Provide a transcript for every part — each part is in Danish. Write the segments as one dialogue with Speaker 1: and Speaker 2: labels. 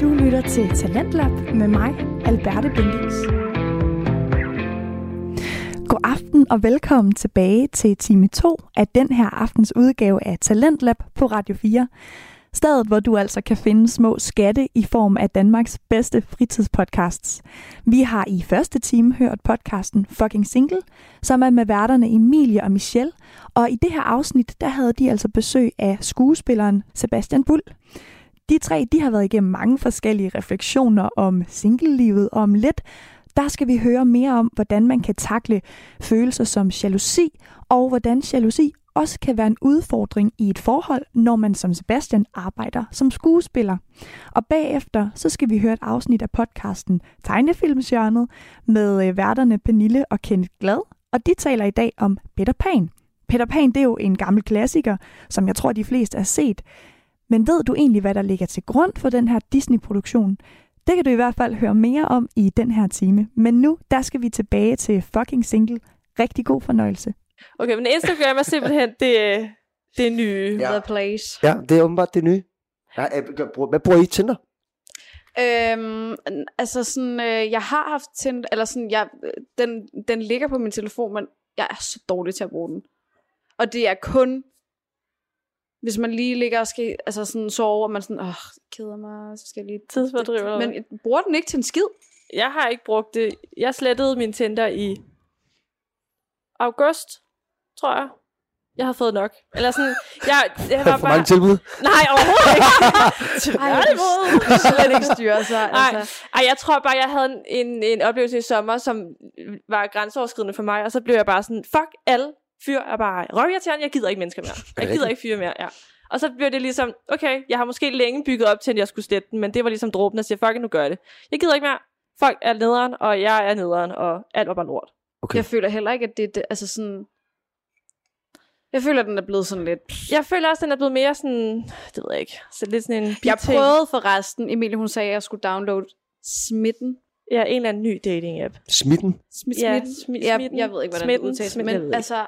Speaker 1: Du lytter til Talentlab med mig, Alberte Bendix. God aften og velkommen tilbage til time 2 af den her aftens udgave af Talentlab på Radio 4. Stedet, hvor du altså kan finde små skatte i form af Danmarks bedste fritidspodcasts. Vi har i første time hørt podcasten Fucking Single, som er med værterne Emilie og Michelle. Og i det her afsnit, der havde de altså besøg af skuespilleren Sebastian Bull. De tre de har været igennem mange forskellige refleksioner om singlelivet og om lidt. Der skal vi høre mere om, hvordan man kan takle følelser som jalousi, og hvordan jalousi også kan være en udfordring i et forhold, når man som Sebastian arbejder som skuespiller. Og bagefter så skal vi høre et afsnit af podcasten Tegnefilmsjørnet med øh, værterne Pernille og Kenneth Glad, og de taler i dag om Peter Pan. Peter Pan det er jo en gammel klassiker, som jeg tror de fleste har set, men ved du egentlig, hvad der ligger til grund for den her Disney-produktion? Det kan du i hvert fald høre mere om i den her time. Men nu, der skal vi tilbage til fucking single. Rigtig god fornøjelse.
Speaker 2: Okay, men Instagram er simpelthen det, øh, det nye.
Speaker 3: Ja.
Speaker 4: The place.
Speaker 3: Ja, det er åbenbart det nye. Ja, øh, gør- bruger- hvad bruger I Tinder?
Speaker 4: Øhm, n- altså sådan, øh, jeg har haft Tinder, eller sådan, jeg, øh, den, den ligger på min telefon, men jeg er så dårlig til at bruge den. Og det er kun, hvis man lige ligger og skal, altså sådan sove, og man sådan, åh, keder mig, så skal jeg lige...
Speaker 2: Tidsfordriv, eller
Speaker 4: Men
Speaker 2: hvad?
Speaker 4: jeg bruger den ikke til en skid.
Speaker 2: Jeg har ikke brugt det. Jeg slettede min Tinder i august, tror jeg. Jeg har fået nok. Eller sådan, jeg, jeg var
Speaker 3: For
Speaker 2: bare...
Speaker 3: mange tilbud?
Speaker 2: Nej, overhovedet ikke. Tværtimod.
Speaker 4: du kan slet ikke styre sig.
Speaker 2: Nej,
Speaker 4: Altså.
Speaker 2: ej, jeg tror bare, jeg havde en, en, en oplevelse i sommer, som var grænseoverskridende for mig, og så blev jeg bare sådan, fuck alle fyr er bare røvirriterende, jeg gider ikke mennesker mere. Jeg gider
Speaker 3: rigtigt?
Speaker 2: ikke fyre mere, ja. Og så blev det ligesom, okay, jeg har måske længe bygget op til, at jeg skulle slette den, men det var ligesom dråben, der siger, fuck it, nu gør jeg det. Jeg gider ikke mere. Folk er nederen, og jeg er nederen, og alt var bare lort.
Speaker 3: Okay.
Speaker 4: Jeg føler heller ikke, at det, det altså sådan... Jeg føler, at den er blevet sådan lidt...
Speaker 2: Jeg føler også, den er blevet mere sådan, det ved jeg ikke, så lidt sådan en
Speaker 4: Jeg
Speaker 2: biting.
Speaker 4: prøvede forresten, Emilie hun sagde, at jeg skulle downloade smitten.
Speaker 2: Ja, en eller anden ny dating-app.
Speaker 3: Smitten?
Speaker 4: Smid,
Speaker 2: Ja,
Speaker 4: smitten.
Speaker 2: smi-
Speaker 4: jeg,
Speaker 2: smitten.
Speaker 4: jeg ved ikke, hvordan
Speaker 2: Smitten,
Speaker 4: det udtales,
Speaker 2: smitten, jeg ved
Speaker 4: men
Speaker 2: ikke.
Speaker 4: altså,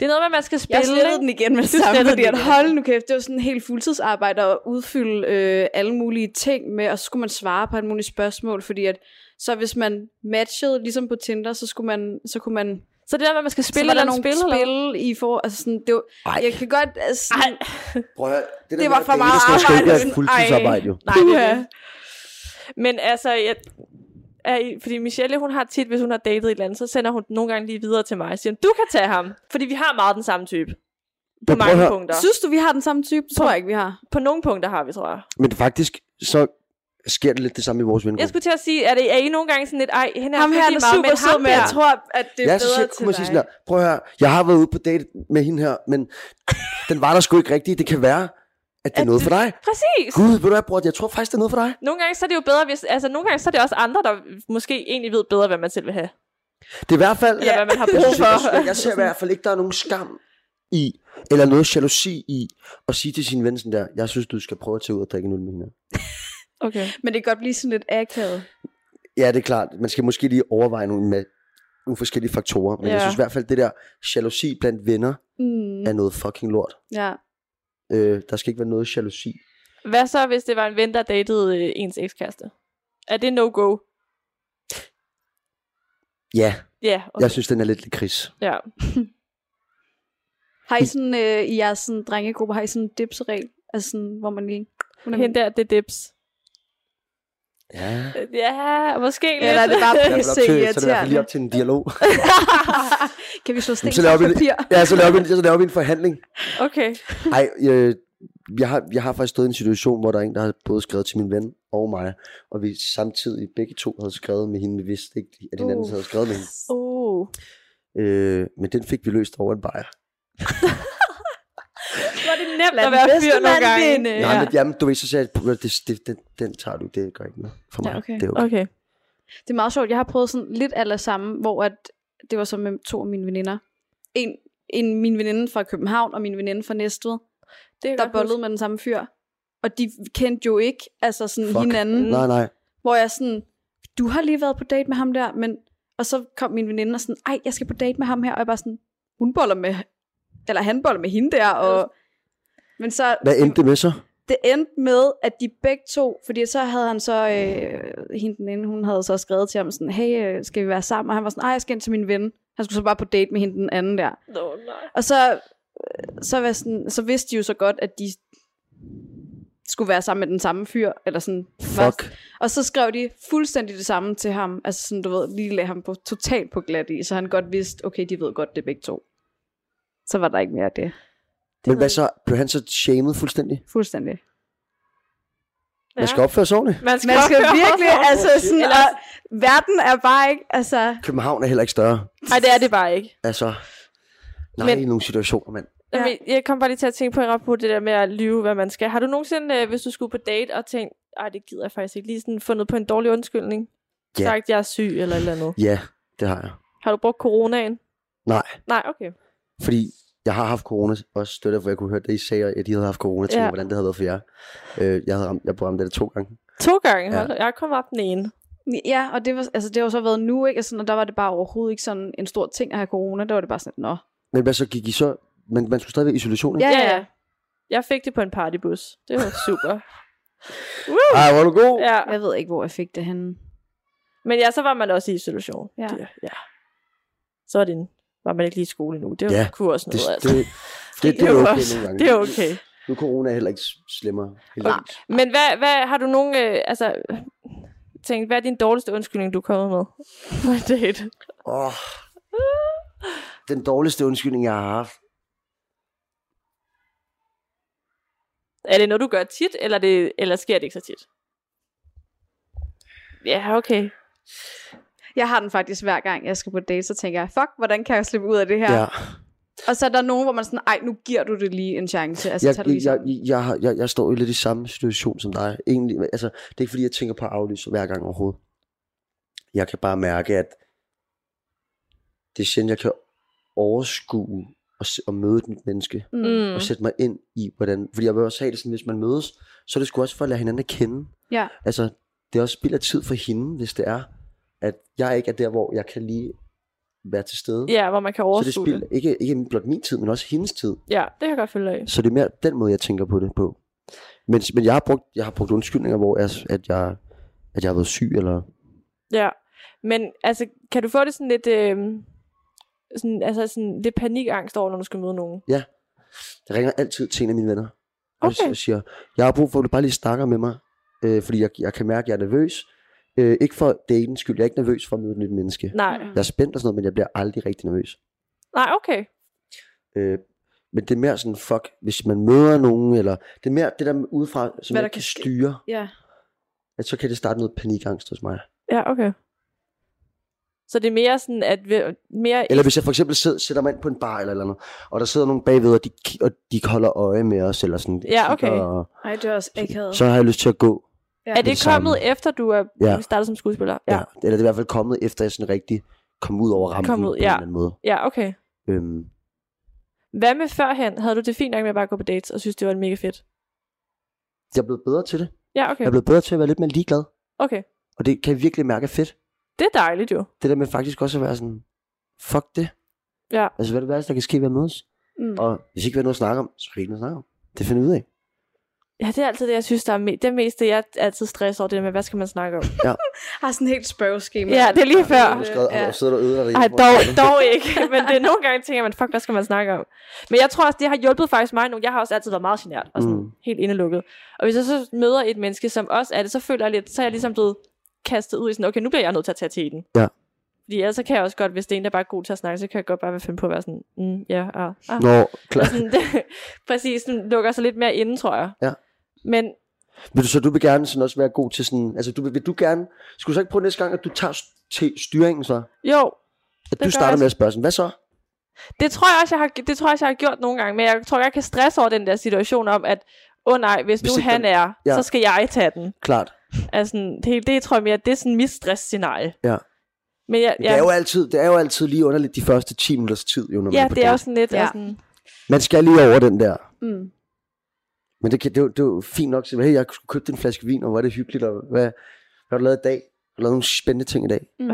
Speaker 2: Det er noget med, at man skal spille.
Speaker 4: jeg slettede
Speaker 2: ikke?
Speaker 4: den igen med det
Speaker 2: Du
Speaker 4: samme,
Speaker 2: slettede
Speaker 4: fordi
Speaker 2: den
Speaker 4: at
Speaker 2: igen.
Speaker 4: hold nu kæft, det var sådan en helt fuldtidsarbejde at udfylde øh, alle mulige ting med, og så skulle man svare på alle mulige spørgsmål, fordi at så hvis man matchede, ligesom på Tinder, så, skulle man, så kunne man
Speaker 2: Så det der med, at man skal spille
Speaker 4: så var der
Speaker 2: eller
Speaker 4: nogle
Speaker 2: spil, eller? hvad?
Speaker 4: spil i for... Altså sådan, det var,
Speaker 3: Ej.
Speaker 4: jeg kan godt... Altså, sådan,
Speaker 2: Ej,
Speaker 3: Prøv at høre, det,
Speaker 4: Det var for meget
Speaker 2: Ah,
Speaker 3: Det er
Speaker 4: arbejde.
Speaker 3: et fuldtidsarbejde jo.
Speaker 2: Nej, det er
Speaker 4: Puha.
Speaker 2: det. Men altså, jeg, er, I- fordi Michelle, hun har tit, hvis hun har datet et eller andet, så sender hun den nogle gange lige videre til mig og siger, du kan tage ham, fordi vi har meget den samme type. På
Speaker 3: Men prøv
Speaker 2: mange
Speaker 3: at høre.
Speaker 2: punkter.
Speaker 4: synes du, vi har den samme type? Det tror jeg ikke, vi har.
Speaker 2: På nogle punkter har vi, tror jeg.
Speaker 3: Men faktisk, så sker det lidt det samme i vores
Speaker 2: Jeg
Speaker 3: vennegruppe.
Speaker 2: skulle til at sige, er, det, er I nogle gange sådan lidt, ej, hende er
Speaker 4: Ham her
Speaker 2: rigtig
Speaker 4: han
Speaker 2: meget,
Speaker 4: er super
Speaker 2: men
Speaker 4: sød,
Speaker 2: ham
Speaker 4: men jeg
Speaker 2: der-
Speaker 4: tror, at det er
Speaker 3: Ja,
Speaker 4: bedre
Speaker 3: så siger, kunne man sige
Speaker 4: til
Speaker 3: sådan
Speaker 4: dig.
Speaker 3: her, prøv at høre, jeg har været ude på date med hende her, men den var der sgu ikke rigtig. Det kan være, at det er noget for dig.
Speaker 2: Præcis.
Speaker 3: Gud, ved du hvad, bror, jeg tror faktisk, det er noget for dig.
Speaker 2: Nogle gange så er det jo bedre, hvis, altså nogle gange så er det også andre, der måske egentlig ved bedre, hvad man selv vil have.
Speaker 3: Det er i hvert fald...
Speaker 2: Eller hvad man har
Speaker 3: Jeg,
Speaker 2: brug
Speaker 3: synes,
Speaker 2: for.
Speaker 3: jeg, jeg, jeg ser i hvert fald ikke, der er nogen skam i, eller noget jalousi i, at sige til sin ven sådan der, jeg synes, du skal prøve at tage ud og drikke en øl med hende.
Speaker 2: Okay.
Speaker 4: Men det kan godt blive sådan lidt akavet.
Speaker 3: Ja, det er klart. Man skal måske lige overveje nogle, med, nogle forskellige faktorer. Men ja. jeg
Speaker 2: Ja.
Speaker 3: synes i hvert fald, det der jalousi blandt venner
Speaker 4: Mm.
Speaker 3: er noget fucking lort.
Speaker 4: Ja.
Speaker 3: Øh, der skal ikke være noget jalousi.
Speaker 2: Hvad så, hvis det var en ven, der datede øh, ens ekskæreste? Er det no-go?
Speaker 3: Ja,
Speaker 2: Ja,
Speaker 3: okay.
Speaker 2: okay.
Speaker 3: jeg synes, den er lidt lidt kris.
Speaker 2: ja.
Speaker 4: Har I sådan, øh, i jeres sådan, drengegruppe, har I sådan en dipsregel? Altså sådan, hvor man lige... Hun
Speaker 2: Hende der, det er dips.
Speaker 3: Ja.
Speaker 2: Øh, Ja, måske lidt.
Speaker 4: Eller er det bare
Speaker 3: Så er det i hvert
Speaker 4: pisse
Speaker 3: fald op til- så er det i hvert fald lige
Speaker 4: irriterende?
Speaker 3: op til en dialog.
Speaker 4: kan vi slå sten
Speaker 3: Jamen, så laver
Speaker 4: til
Speaker 3: vi-
Speaker 4: papir?
Speaker 3: ja, så laver vi, en- så laver vi en forhandling.
Speaker 2: Okay.
Speaker 3: Ej, øh, jeg, har, jeg har faktisk stået i en situation, hvor der er en, der har både skrevet til min ven og mig, og vi samtidig begge to havde skrevet med hende, vi vidste ikke, at hinanden
Speaker 4: Uh.
Speaker 3: havde skrevet med hende.
Speaker 2: Uh.
Speaker 3: Øh, men den fik vi løst over en bajer.
Speaker 2: Var det nemt
Speaker 4: Lad
Speaker 2: at
Speaker 4: den
Speaker 2: være
Speaker 4: bedste
Speaker 2: fyr nogle
Speaker 4: mand
Speaker 2: gange?
Speaker 4: vinde.
Speaker 3: Ja. Nej, men jamen, du ved, så sagde jeg, at det, det, den, den tager du, det gør ikke noget for mig.
Speaker 4: Ja, okay.
Speaker 3: Det er okay.
Speaker 2: Okay.
Speaker 4: Det er meget sjovt. Jeg har prøvet sådan lidt aller samme, hvor at det var så med to af mine veninder. En, en min veninde fra København og min veninde fra Næstved,
Speaker 2: Det
Speaker 4: der bollede med den samme fyr. Og de kendte jo ikke altså sådan
Speaker 3: Fuck.
Speaker 4: hinanden.
Speaker 3: Nej, nej.
Speaker 4: Hvor jeg sådan, du har lige været på date med ham der, men... Og så kom min veninde og sådan, ej, jeg skal på date med ham her. Og jeg bare sådan, hun boller med... Eller han boller med hende der, og... Men så...
Speaker 3: Hvad endte det med så?
Speaker 4: det endte med, at de begge to, fordi så havde han så, øh, hende den ene, hun havde så skrevet til ham sådan, hey, øh, skal vi være sammen? Og han var sådan, nej, jeg skal ind til min ven. Han skulle så bare på date med hende den anden der.
Speaker 2: Nå, nej.
Speaker 4: Og så, øh, så, var sådan, så vidste de jo så godt, at de skulle være sammen med den samme fyr, eller sådan. var-
Speaker 3: Fuck.
Speaker 4: Og så skrev de fuldstændig det samme til ham, altså sådan, du ved, lige lagde ham på, totalt på glat i, så han godt vidste, okay, de ved godt, det er begge to. Så var der ikke mere af det.
Speaker 3: Men hvad så? Blev han så shamed fuldstændig?
Speaker 4: Fuldstændig.
Speaker 3: Man skal opføre sig ordentligt.
Speaker 2: Man skal,
Speaker 4: Man skal
Speaker 2: opføre
Speaker 4: virkelig,
Speaker 2: sig.
Speaker 4: altså sådan, og,
Speaker 2: Ellers-
Speaker 4: verden er bare ikke, altså,
Speaker 3: København er heller ikke større.
Speaker 2: Nej, det er det bare ikke.
Speaker 3: Altså,
Speaker 2: Men-
Speaker 3: nej, Men... i nogle situationer, mand.
Speaker 2: Ja. Jamen, jeg kom bare lige til at tænke på en rapport, det der med at lyve, hvad man skal. Har du nogensinde, øh, hvis du skulle på date, og tænkt, ej, det gider jeg faktisk ikke, lige sådan fundet på en dårlig undskyldning?
Speaker 3: Ja.
Speaker 2: Sagt, jeg er syg eller et eller andet.
Speaker 3: Ja, det har jeg.
Speaker 2: Har du brugt coronaen?
Speaker 3: Nej.
Speaker 2: Nej, okay.
Speaker 3: Fordi jeg har haft corona også støtter, for jeg kunne høre, at I sagde, at de havde haft corona til,
Speaker 2: Ja.
Speaker 3: ja. hvordan det havde været for jer. Øh, jeg havde ramt, jeg blev ramt af det to gange.
Speaker 2: To gange.
Speaker 3: Ja.
Speaker 2: Ja. Jeg kom op den ene.
Speaker 4: ja, og det, var, altså, det har jo så været nu, ikke, og, sådan, og der var det bare overhovedet ikke sådan en stor ting at have corona, der var det bare sådan, nå.
Speaker 3: Men hvad så gik I så? Men man skulle stadig være i isolation, ikke?
Speaker 4: Ja, ja,
Speaker 2: Jeg fik det på en partybus. Det var super.
Speaker 3: Ja. Ej, hvor er du god. Ja.
Speaker 2: ja.
Speaker 4: jeg ved ikke, hvor jeg fik det henne.
Speaker 2: Men ja, så var man også i isolation.
Speaker 4: Ja.
Speaker 2: Det- ja. Så var, det en, var man ikke lige i skole endnu. Det var,
Speaker 3: Ja,
Speaker 2: ja. kunne også
Speaker 3: Det,
Speaker 2: noget.
Speaker 3: det, det, det, det, er
Speaker 2: var
Speaker 3: okay
Speaker 2: også-
Speaker 3: nogle gange.
Speaker 2: altså. det er okay.
Speaker 3: Nu er corona heller ikke slemmere. heldigvis.
Speaker 2: Men hvad, hvad har du nogen... Øh, altså, tænkt, hvad er din dårligste undskyldning, du er kommet med på en date?
Speaker 3: Åh. Den dårligste undskyldning, jeg har haft.
Speaker 2: Er det noget, du gør tit, eller, det, eller sker det ikke så tit? Ja, okay.
Speaker 4: Jeg har den faktisk hver gang, jeg skal på date, så tænker jeg, fuck, hvordan kan jeg slippe ud af det her?
Speaker 3: Ja.
Speaker 4: Og så er der nogen, hvor man sådan, ej, nu giver du det lige en chance. Altså,
Speaker 3: Jeg,
Speaker 4: tag det
Speaker 3: jeg,
Speaker 4: lige
Speaker 3: jeg,
Speaker 4: sammen.
Speaker 3: jeg, har- jeg, jeg står jo lidt i samme situation som dig. Egentlig, men altså, det er ikke fordi, jeg tænker på at aflyse hver gang overhovedet. Jeg kan bare mærke, at det er sjældent, jeg kan overskue og, s- og møde et nyt menneske.
Speaker 4: Mm.
Speaker 2: Mm.
Speaker 3: og sætte mig ind i, hvordan... Fordi jeg vil også have det sådan, hvis man mødes, så er det sgu også for at lære hinanden at kende.
Speaker 4: Ja.
Speaker 3: Altså, det er også spild af tid for hende, hvis det er, at jeg ikke er der, hvor jeg kan lige være til stede.
Speaker 2: Ja, hvor man kan
Speaker 3: så det
Speaker 2: overskue
Speaker 3: spilder
Speaker 2: det.
Speaker 3: ikke, ikke blot min tid, men også hendes tid.
Speaker 2: Ja, det kan jeg godt følge dig i.
Speaker 3: Så det er mere den måde, jeg tænker på det på. Men, men jeg, har brugt, jeg har brugt undskyldninger, hvor jeg, at, jeg, at jeg har været syg, eller...
Speaker 2: Ja, men altså, kan du få det sådan lidt, øh, sådan, altså sådan lidt panikangst over, når du skal møde nogen?
Speaker 3: Jeg ringer altid til en af mine venner. Og
Speaker 2: Okay.
Speaker 3: okay. siger, jeg har brug for, at du bare lige snakker med mig. Øh, fordi jeg, jeg kan mærke, at jeg er nervøs. Øh, ikke for datens skyld. Jeg er ikke nervøs for at møde et nyt menneske.
Speaker 2: Nej,
Speaker 4: Mm.
Speaker 3: Jeg er spændt og sådan noget, men jeg bliver aldrig rigtig nervøs.
Speaker 2: nej, okay.
Speaker 3: Øh, men det er mere sådan, fuck, hvis man møder nogen, eller det er mere det der med udefra, som Hvad
Speaker 4: Hvad der
Speaker 3: jeg
Speaker 4: kan
Speaker 3: kan
Speaker 4: ske.
Speaker 3: styre,
Speaker 4: Ja.
Speaker 3: at så kan det starte noget panikangst hos mig.
Speaker 2: Ja, okay. Så det er mere sådan, at vi, mere...
Speaker 3: Eller hvis jeg for eksempel sidder, sætter mig ind på en bar eller et eller andet, og der sidder nogen bagved, og de, ki- og de holder øje med os, eller sådan, de
Speaker 2: Ja,
Speaker 3: kigger,
Speaker 2: okay.
Speaker 3: og,
Speaker 4: Ej, det er også akavet.
Speaker 3: så har jeg lyst til at gå.
Speaker 4: ja.
Speaker 2: er det,
Speaker 3: det
Speaker 2: kommet
Speaker 3: samme.
Speaker 2: efter, du er
Speaker 3: Ja.
Speaker 2: ja. startet som skuespiller?
Speaker 3: Ja. Eller det er i hvert fald kommet, efter jeg sådan rigtig kom ud over rampen
Speaker 2: Kom ud,
Speaker 3: på en
Speaker 2: ja.
Speaker 3: eller anden måde.
Speaker 2: ja, okay.
Speaker 3: Øhm,
Speaker 2: Hvad med førhen? Havde du det fint nok med at bare gå på dates og synes, det var mega fedt?
Speaker 3: jeg er blevet bedre til det.
Speaker 2: Ja,
Speaker 3: Jeg
Speaker 2: okay.
Speaker 3: er blevet bedre til at være lidt mere ligeglad.
Speaker 2: Okay.
Speaker 3: Og det kan jeg virkelig mærke er fedt.
Speaker 2: Det er dejligt jo.
Speaker 3: Det der med faktisk også at være sådan, fuck det.
Speaker 2: Ja.
Speaker 3: Altså, hvad er det værste, der kan ske ved at mødes?
Speaker 4: Mm.
Speaker 3: Og hvis ikke vi har noget at snakke om, så har vi ikke noget at snakke om. Det finder vi ud af.
Speaker 2: Ja, det er altid det, jeg synes, der er me- det meste, jeg altid stresser over, det der med, hvad skal man snakke om?
Speaker 4: Har sådan et helt spørgeskema.
Speaker 2: Ja, det er lige før.
Speaker 3: Du skrevet,
Speaker 4: Ja.
Speaker 3: ja. og sidder du og øder dig
Speaker 2: Ej, dog, dog ikke. Men det er nogle gange, tænker man, fuck, hvad skal man snakke om? Men jeg tror også, det har hjulpet faktisk mig nu. Jeg har også altid været meget genert og sådan
Speaker 3: Mm.
Speaker 2: mm. helt indelukket. Og hvis jeg så møder et menneske, som også er det, så føler jeg lidt, så er jeg ligesom blevet kastet ud i sådan, okay, nu bliver jeg nødt til at tage til den.
Speaker 3: Ja.
Speaker 2: Fordi ellers så kan jeg også godt, hvis det er en, der bare er god til at snakke, så kan jeg godt bare være finde på at være sådan, mm, ja, ah, ah.
Speaker 3: Nå, klar.
Speaker 2: Sådan, det, præcis, den lukker sig lidt mere inden, tror jeg.
Speaker 3: Ja.
Speaker 2: Men
Speaker 3: Vil du så du vil gerne sådan også være god til sådan... Altså, du, vil, vil du gerne... Skulle du så ikke prøve næste gang, at du tager st- til styringen så?
Speaker 2: jo,
Speaker 3: At
Speaker 2: gør
Speaker 3: du
Speaker 2: jeg
Speaker 3: starter
Speaker 2: også.
Speaker 3: med at spørge sådan, hvad så?
Speaker 2: Det tror jeg også, jeg har, det tror jeg også, jeg har gjort nogle gange, men jeg tror, jeg kan stresse over den der situation om, at åh oh nej, hvis,
Speaker 3: Hvis
Speaker 2: hvis nu
Speaker 3: ikke
Speaker 2: han
Speaker 3: den-
Speaker 2: er,
Speaker 3: Ja.
Speaker 2: ja. så skal jeg tage den.
Speaker 3: Klart.
Speaker 2: Altså, det, hele, det tror jeg mere, det er sådan mit stressscenarie.
Speaker 3: Ja.
Speaker 2: Men jeg,
Speaker 3: Men
Speaker 2: jeg,
Speaker 3: Det, er jo altid, det er jo altid lige underligt de første 10 minutters tid, jo, når man
Speaker 2: ja,
Speaker 3: er på
Speaker 2: det er jo
Speaker 3: date.
Speaker 2: sådan lidt,
Speaker 4: Ja.
Speaker 2: ja. sådan,
Speaker 3: Man skal lige over den der.
Speaker 4: Mm.
Speaker 3: Men det, kan, det, er jo- det er jo fint nok. Så, hey, jeg skulle købe en flaske vin, og hvor er det hyggeligt, og hvad, hvad har du lavet i dag? Har du lavet nogle spændende ting i dag?
Speaker 4: Mm.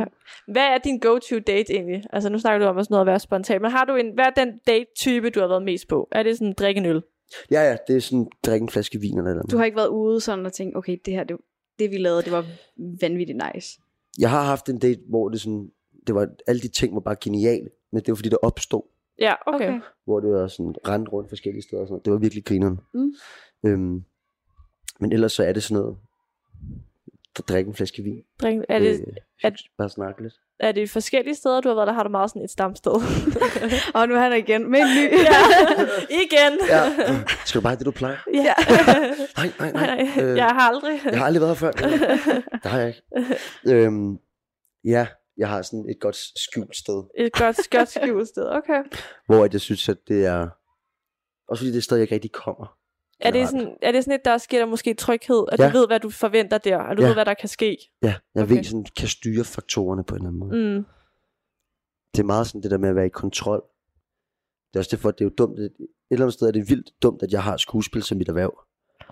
Speaker 2: hvad er din go-to date egentlig? Altså, nu snakker du om at sådan noget at være spontan, men har du en, hvad er den date-type, du har været mest på? Er det sådan, drikke en øl?
Speaker 3: Ja, ja, det er sådan, drikke en flaske vin eller noget.
Speaker 4: Du har ikke været ude sådan og tænkt, okay, det her, det, det vi lavede, det var vanvittigt nice.
Speaker 3: Jeg har haft en date, hvor det sådan, det var, alle de ting var bare geniale, men det var fordi, der opstod,
Speaker 2: Ja, okay. okay.
Speaker 3: hvor det var sådan rendt rundt forskellige steder og sådan noget. Det var virkelig grineren.
Speaker 4: Mm.
Speaker 3: Øhm, men ellers så er det sådan noget, at drikke en flaske vin.
Speaker 2: Drink, er, det,
Speaker 3: øh,
Speaker 2: er-
Speaker 3: hygge- bare snakke lidt.
Speaker 2: er det forskellige steder, du har været, der har du meget sådan et stamsted?
Speaker 4: Og nu er han der igen med en ny.
Speaker 2: ja, igen.
Speaker 3: Ja. Skal du bare have det, du plejer?
Speaker 2: ja.
Speaker 3: Nej, nej,
Speaker 2: Nej,
Speaker 3: nej. øh.
Speaker 2: nej, jeg har aldrig.
Speaker 3: Jeg har aldrig været her før. Det har jeg ikke. øhm, ja, jeg har sådan et godt skjult sted,
Speaker 2: Et godt, godt skjulested, okay.
Speaker 3: hvor at jeg synes, at det er... Også fordi det er et sted, jeg ikke rigtig kommer.
Speaker 2: Er det,
Speaker 3: Generelt.
Speaker 2: sådan, er det sådan et, der også giver dig måske tryghed, at ja.
Speaker 3: Ja.
Speaker 2: du ved, hvad du forventer der, og du ja.
Speaker 3: Ja.
Speaker 2: ved, hvad der kan ske?
Speaker 3: Ja,
Speaker 2: Okay.
Speaker 3: jeg okay. ved sådan, kan styre faktorerne på en eller anden måde. Mm.
Speaker 2: Mm.
Speaker 3: Det er meget sådan det der med at være i kontrol. Det er også derfor, at det er jo dumt. at- Et eller andet sted er det vildt dumt, at jeg har skuespil som mit erhverv.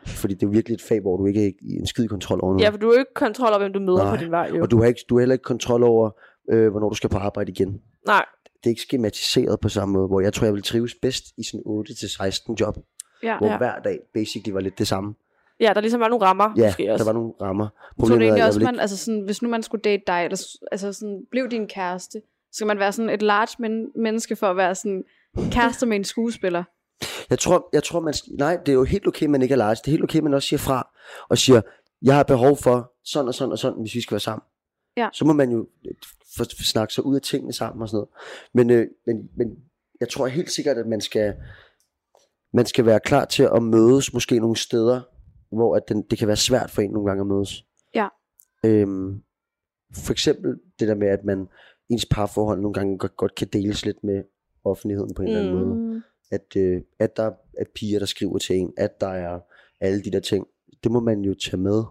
Speaker 3: Fordi det er jo virkelig et fag, hvor du ikke er i en skid kontrol over noget.
Speaker 2: Ja, for du har jo ikke kontrol over, hvem du møder Nej.
Speaker 3: Nej,
Speaker 2: på din vej, jo.
Speaker 3: Og du har, ikke, du har heller ikke kontrol over, øh, hvornår du skal på arbejde igen.
Speaker 2: Nej,
Speaker 3: det er ikke skematiseret på samme måde, hvor jeg tror, jeg ville trives bedst i sådan 8-16 job,
Speaker 4: Ja.
Speaker 3: hvor
Speaker 2: Ja.
Speaker 3: ja. hver dag basically var lidt det samme.
Speaker 2: ja, der ligesom var nogle rammer,
Speaker 3: Ja,
Speaker 2: måske også.
Speaker 3: der var nogle rammer.
Speaker 4: Jeg tror du
Speaker 3: er,
Speaker 4: egentlig
Speaker 3: at
Speaker 4: også,
Speaker 3: ville
Speaker 4: man, altså sådan, hvis nu man skulle date dig, eller s- altså sådan, blev din kæreste, så skal man være sådan et large men- menneske for at være sådan kærester med en skuespiller.
Speaker 3: ikke, jeg, tror, jeg tror, man... sk- Nej, det er jo helt okay, man ikke er large. Det er helt okay, man også siger fra og siger, jeg har behov for sådan og sådan og sådan, hvis vi skal være sammen.
Speaker 4: Ja.
Speaker 3: Så må man jo øh, for, for snakke sig ud af tingene sammen og sådan noget. Men, øh, men, men jeg tror helt sikkert, at man skal, man skal være klar til at mødes måske nogle steder, hvor at den, det kan være svært for en nogle gange at mødes.
Speaker 4: Ja.
Speaker 3: Øhm, for eksempel det der med, at man ens parforhold nogle gange godt, godt kan deles lidt med offentligheden på en mm. eller anden måde at, øh, at der er piger, der skriver til en, at der er alle de der ting. Det må man jo tage med.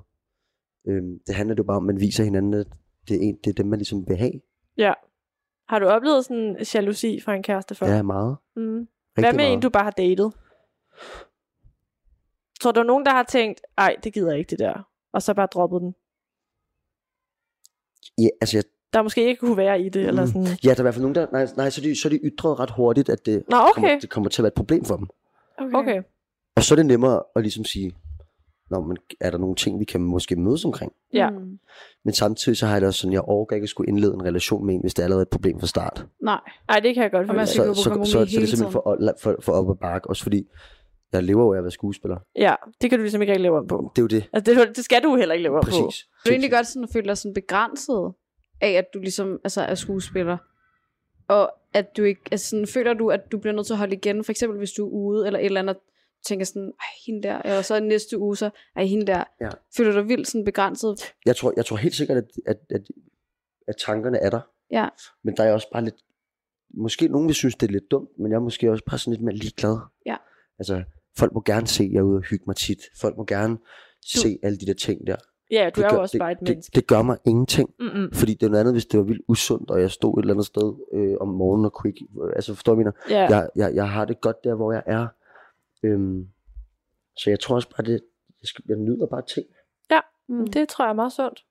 Speaker 3: Øhm, det handler jo bare om, at man viser hinanden, at det er, en, det er dem, man ligesom vil have.
Speaker 2: Ja. Har du oplevet sådan jalousi fra en kæreste før?
Speaker 3: Ja, meget.
Speaker 2: Mm.
Speaker 3: Rigtig
Speaker 2: Hvad med
Speaker 3: meget.
Speaker 2: en, du bare har datet? Tror du, der er nogen, der har tænkt, ej, det gider jeg ikke det der, og så bare droppet den?
Speaker 3: Ja, altså, jeg,
Speaker 2: Der måske ikke kunne være i det, mm. eller
Speaker 3: Mm.
Speaker 2: sådan.
Speaker 3: ja, der er i hvert fald nogen, der... Nej, nej så, er de, så er de ytret ret hurtigt, at det,
Speaker 2: Nå,
Speaker 3: kommer,
Speaker 2: okay.
Speaker 3: det kommer til at være et problem for dem.
Speaker 2: Okay.
Speaker 3: Og så er det nemmere at ligesom sige, Nå, men er der nogle ting, vi kan måske mødes omkring?
Speaker 2: Ja.
Speaker 4: Mm.
Speaker 3: Men samtidig så har jeg det også sådan, jeg overgår ikke at skulle indlede en relation med en, hvis det allerede er et problem fra start.
Speaker 4: Nej.
Speaker 2: Ej, det kan jeg godt
Speaker 4: Og
Speaker 2: følge.
Speaker 4: man
Speaker 3: så,
Speaker 4: skal- gå på
Speaker 3: så, så,
Speaker 4: kompromis
Speaker 3: så er det
Speaker 4: hele
Speaker 3: simpelthen for, for, for op og bakke, også fordi jeg lever jo af at være skuespiller.
Speaker 2: Ja, det kan du ligesom ikke rigtig lave om på.
Speaker 3: Det er jo det.
Speaker 2: Altså, det, det skal du heller ikke lave om på.
Speaker 3: Præcis.
Speaker 4: Du er egentlig godt sådan, føler dig sådan begrænset af, at du ligesom altså, er skuespiller. Og at du ikke, altså sådan, føler du, at du bliver nødt til at holde igen, for eksempel hvis du er ude, eller et eller andet, og tænker sådan, ej, hende der, eller så næste uge, så ej, hende der.
Speaker 3: Ja.
Speaker 4: Føler du dig vildt sådan begrænset?
Speaker 3: Jeg tror, jeg tror helt sikkert, at, at, at, at tankerne er der.
Speaker 4: Ja.
Speaker 3: Men der er også bare lidt... Måske nogen vil synes, det er lidt dumt, men jeg er måske også bare sådan lidt mere ligeglad.
Speaker 4: Ja.
Speaker 3: Altså, folk må gerne se, at jeg er ude og hygge mig tit. Folk må gerne se alle de der ting der.
Speaker 2: Ja, du
Speaker 3: Det
Speaker 2: er
Speaker 3: gør-
Speaker 2: jo også
Speaker 3: det,
Speaker 2: bare et
Speaker 3: det,
Speaker 2: menneske.
Speaker 3: det gør mig ingenting.
Speaker 2: Mm-mm.
Speaker 3: Fordi det er noget andet, hvis det var vildt usundt, og jeg stod et eller andet sted øh, om morgenen og kunne ikke... Øh, altså, forstår du, hvad jeg mener?
Speaker 2: Ja.
Speaker 3: jeg, jeg, jeg har det godt der, hvor jeg er. Øhm, så jeg tror også bare, det, jeg, skal, jeg nyder bare ting.
Speaker 4: Mm.
Speaker 2: Det tror jeg er meget sundt.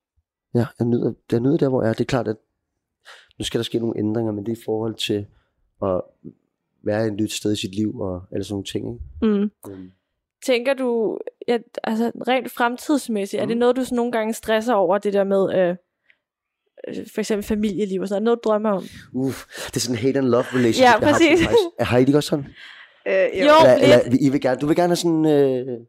Speaker 3: Ja, jeg nyder, jeg nyder der, hvor jeg er. Det er klart, at nu skal der ske nogle ændringer, men det er i forhold til at være et nyt sted i sit liv og alle sådan nogle ting. Ikke?
Speaker 2: Mm.
Speaker 3: Øhm,
Speaker 2: Tænker du, at, altså rent fremtidsmæssigt, mm. er det
Speaker 3: Mm.
Speaker 2: noget, du sådan nogle gange stresser over, det der med øh, øh, for eksempel familieliv og sådan noget? noget, du drømmer om?
Speaker 3: Uff, det er sådan en hate and love relationship.
Speaker 2: Ja,
Speaker 3: jeg har
Speaker 2: præcis.
Speaker 3: faktisk. Er- Har I det ikke også sådan?
Speaker 4: Øh,
Speaker 2: Jo,
Speaker 3: eller,
Speaker 2: lidt.
Speaker 3: eller, I vil gerne, du vil gerne have sådan... Øh,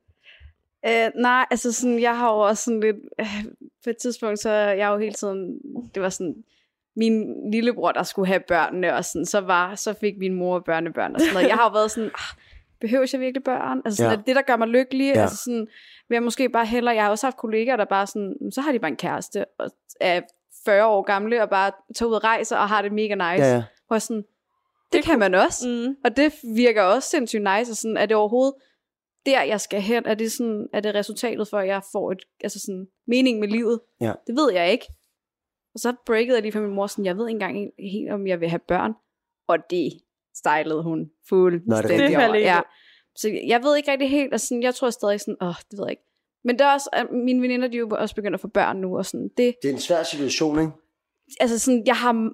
Speaker 4: Øh, nej, altså sådan, jeg har jo også sådan lidt, øh, på et tidspunkt, så jeg har jo hele tiden, det var sådan, min lillebror, der skulle have børnene, og sådan, så, var, så fik min mor børnebørn og sådan noget. Jeg har jo været sådan, ah, behøver jeg virkelig børn? Altså sådan,
Speaker 3: Ja.
Speaker 4: ja. det, der gør mig lykkelig, ja.
Speaker 3: Ja.
Speaker 4: altså sådan, vil jeg måske bare hellere, jeg har også haft kollegaer, der bare sådan, "Men så har de bare en kæreste, og er 40 år gamle, og bare tager ud og rejser, og har det mega nice.
Speaker 3: ja,
Speaker 4: Ja, ja.
Speaker 3: ja.
Speaker 4: Hvor jeg sådan, det, det kan man også.
Speaker 2: Mm.
Speaker 4: Og det virker også sindssygt nice, og sådan, er det overhovedet der, jeg skal hen? Er det, sådan, er det resultatet for, at jeg får et, altså sådan, mening med livet?
Speaker 3: Ja.
Speaker 4: Det ved jeg ikke. Og så breakede jeg lige fra min mor, sådan, jeg ved ikke engang helt, om jeg vil have børn. Og det stylede hun fuldstændig
Speaker 3: rigtigt?
Speaker 2: Det faldt
Speaker 4: over.
Speaker 2: ikke.
Speaker 4: Ja. Så jeg ved ikke rigtig helt, og sådan, jeg tror stadig sådan, åh, det ved jeg ikke. Men der er også, at mine veninder, de er jo også begyndt at få børn nu, og sådan, det,
Speaker 3: Det er en svær situation, ikke?
Speaker 4: altså sådan, jeg har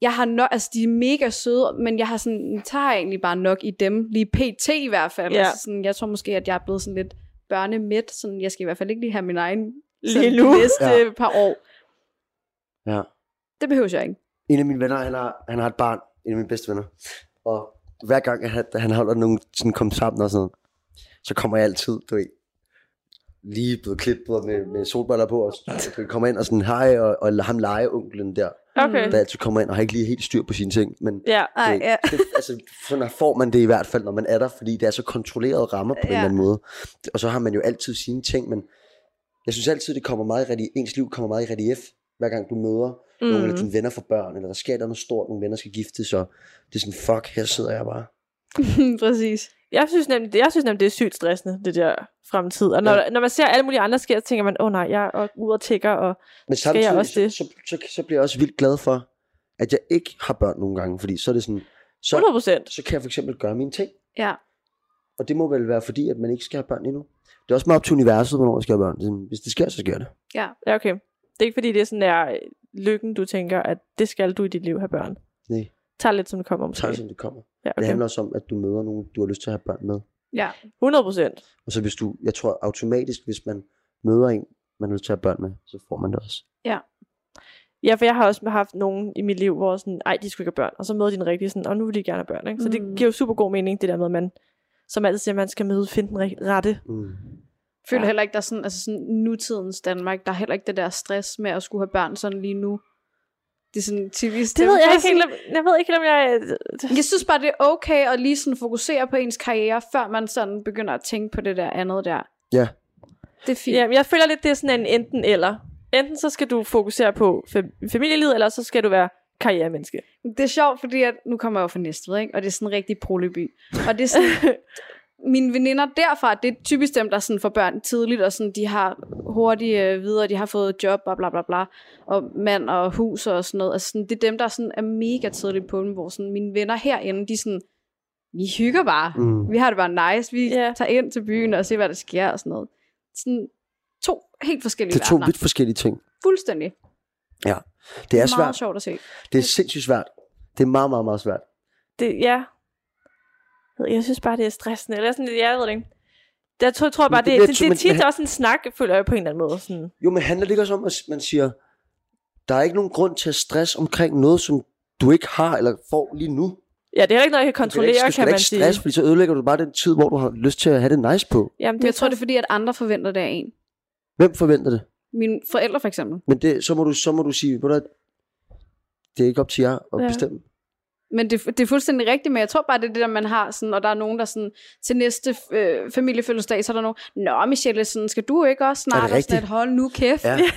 Speaker 4: jeg har nok, altså de er mega søde, men jeg har sådan, tager egentlig bare nok i dem, lige pt i hvert fald.
Speaker 2: Ja.
Speaker 4: Ja. Altså sådan, jeg tror måske, at jeg er blevet sådan lidt børnemæt, sådan jeg skal i hvert fald ikke lige have min egen sådan
Speaker 2: Lige
Speaker 4: de
Speaker 2: nu.
Speaker 4: næste ja. par år.
Speaker 3: Ja.
Speaker 4: Det behøver jeg ikke.
Speaker 3: En af mine venner, han har, han har et barn. En af mine bedste venner. Og hver gang, at han, han holder nogle sådan kom sammen og sådan noget, så kommer jeg altid, du ved, lige blevet klippet med, med solbriller på, og så kommer ind og sådan, hej, og, og lader ham lege onklen der,
Speaker 2: Okay.
Speaker 3: der altid kommer ind og har ikke lige helt styr på sine ting, men
Speaker 2: Ja.
Speaker 4: Ej,
Speaker 3: det,
Speaker 4: ja.
Speaker 3: det, altså, sådan får man det i hvert fald, når man er der, fordi det er så kontrolleret rammer på ja. en
Speaker 4: Ja.
Speaker 3: eller anden måde. Og så har man jo altid sine ting, men jeg synes altid, det kommer meget i relief, ens liv kommer meget i relief, hver gang du møder mm. nogle af
Speaker 2: Mm.
Speaker 3: dine venner for børn, eller der sker et eller andet stort, nogle venner skal gifte, så det er sådan, fuck, her sidder jeg bare.
Speaker 4: Præcis.
Speaker 2: Jeg synes nemlig, jeg synes nemlig, det er sygt stressende, det der fremtid. Og når, ja. når man ser alle mulige andre sker, så tænker man, åh oh, nej, jeg er ude og tigger, og
Speaker 3: Men
Speaker 2: Skal jeg
Speaker 3: samtidig,
Speaker 2: også
Speaker 3: så,
Speaker 2: det?
Speaker 3: så, så, så, bliver jeg også vildt glad for, at jeg ikke har børn nogle gange, fordi så er det sådan,
Speaker 2: 100
Speaker 3: så,
Speaker 2: procent.
Speaker 3: så kan jeg for eksempel gøre mine ting,
Speaker 4: Ja.
Speaker 3: og det må vel være fordi, at man ikke skal have børn endnu. Det er også meget op til universet, hvornår jeg skal have børn. Sådan, Hvis det sker, så sker det.
Speaker 2: Ja, okay. Det er ikke fordi, det er sådan der øh, lykken, du tænker, at det skal du i dit liv have børn.
Speaker 3: Nej.
Speaker 2: Tag lidt, som det kommer måske.
Speaker 3: Tag det, som det kommer.
Speaker 2: Ja,
Speaker 3: Det
Speaker 2: okay.
Speaker 3: handler også om, at du møder nogen, du har lyst til at have børn med.
Speaker 2: 100 procent.
Speaker 3: Og så hvis du, jeg tror automatisk, hvis man møder en, man har lyst til at have børn med, så får man det også.
Speaker 2: Ja, for jeg har også haft nogen i mit liv, hvor sådan, ej, de skulle ikke have børn. Og så møder de en rigtig sådan, og nu vil de gerne have børn. Ikke? Så det
Speaker 4: Mm.
Speaker 2: giver jo super god mening, det der med, at man, som altid siger, man skal møde, finde den ri- rette.
Speaker 3: Mm.
Speaker 4: føler
Speaker 2: Ja.
Speaker 4: ja. heller ikke, der er sådan, altså sådan nutidens Danmark, der er heller ikke det der stress med at skulle have børn sådan lige nu. Det er sådan typisk.
Speaker 2: Det ved jeg ikke helt,
Speaker 4: Sådan,
Speaker 2: om, jeg ved ikke helt, om jeg... øh,
Speaker 4: jeg synes bare, det er okay at lige sådan fokusere på ens karriere, før man sådan begynder at tænke på det der andet der.
Speaker 3: Ja.
Speaker 4: Det er fint.
Speaker 2: Ja, men jeg føler lidt, det er sådan en enten eller. Enten så skal du fokusere på fam- familielivet, eller så skal du være karrieremenneske.
Speaker 4: Det er sjovt, fordi at, nu kommer jeg jo fra Næstved, ikke? og det er sådan en rigtig proleby. Og det er sådan, mine veninder derfra, det er typisk dem, der sådan får børn tidligt, og sådan, de har hurtigt øh, videre, de har fået job, og bla bla bla, og mand og hus og sådan noget. Altså sådan, det er dem, der sådan er mega tidligt på dem, hvor sådan, mine venner herinde, de er sådan, vi hygger bare.
Speaker 3: Mm.
Speaker 4: Vi har det bare nice, vi
Speaker 2: Ja.
Speaker 4: yeah. tager ind til byen og ser, hvad der sker og sådan noget. Sådan to helt forskellige
Speaker 3: Det er to
Speaker 4: verdener.
Speaker 3: vidt forskellige ting.
Speaker 4: Fuldstændig.
Speaker 3: Det er
Speaker 4: Meget
Speaker 3: svært.
Speaker 4: sjovt at se.
Speaker 3: Det er sindssygt svært. Det er meget, meget, meget svært.
Speaker 2: Det, ja. Jeg ved ikke, Jeg synes bare, det er stressende. Eller sådan, lidt- jeg ved det ikke. Jeg tror, tror bare,
Speaker 3: Men det
Speaker 2: det,
Speaker 3: bliver
Speaker 2: det, det,
Speaker 3: til-
Speaker 2: det er
Speaker 3: men-
Speaker 2: tit
Speaker 3: men-
Speaker 2: også en snak, føler jeg på en eller anden måde. Sådan.
Speaker 3: Jo, men handler det ikke også om, at man siger, der er ikke nogen grund til at stress omkring noget, som du ikke har eller får lige nu.
Speaker 2: Ja, det er heller ikke noget, jeg kan
Speaker 3: Du skal da ikke-
Speaker 2: kontrollere,
Speaker 3: du skal
Speaker 2: kan
Speaker 3: da
Speaker 2: man
Speaker 3: ikke
Speaker 2: sige.
Speaker 3: stress, fordi så ødelægger du bare den tid, hvor du har lyst til at have det nice på.
Speaker 2: Jamen,
Speaker 4: Men jeg tror, det er fordi, at andre forventer det af en.
Speaker 3: Hvem forventer det?
Speaker 4: Mine forældre for eksempel.
Speaker 3: Men det, så, må du, så må du sige, "Ved du hvad, det er ikke op til jer at
Speaker 2: Ja.
Speaker 3: ja. bestemme.
Speaker 4: Men det, det er fuldstændig rigtigt, men jeg tror bare, det er det, der man har sådan, og der er nogen, der sådan, til næste øh, familiefødselsdag, så er der nogen, Nå, Michelle, sådan, skal du ikke også
Speaker 3: Er det
Speaker 4: snart og sådan
Speaker 3: rigtigt?
Speaker 4: et hold nu kæft?
Speaker 3: Ja.
Speaker 4: Ja.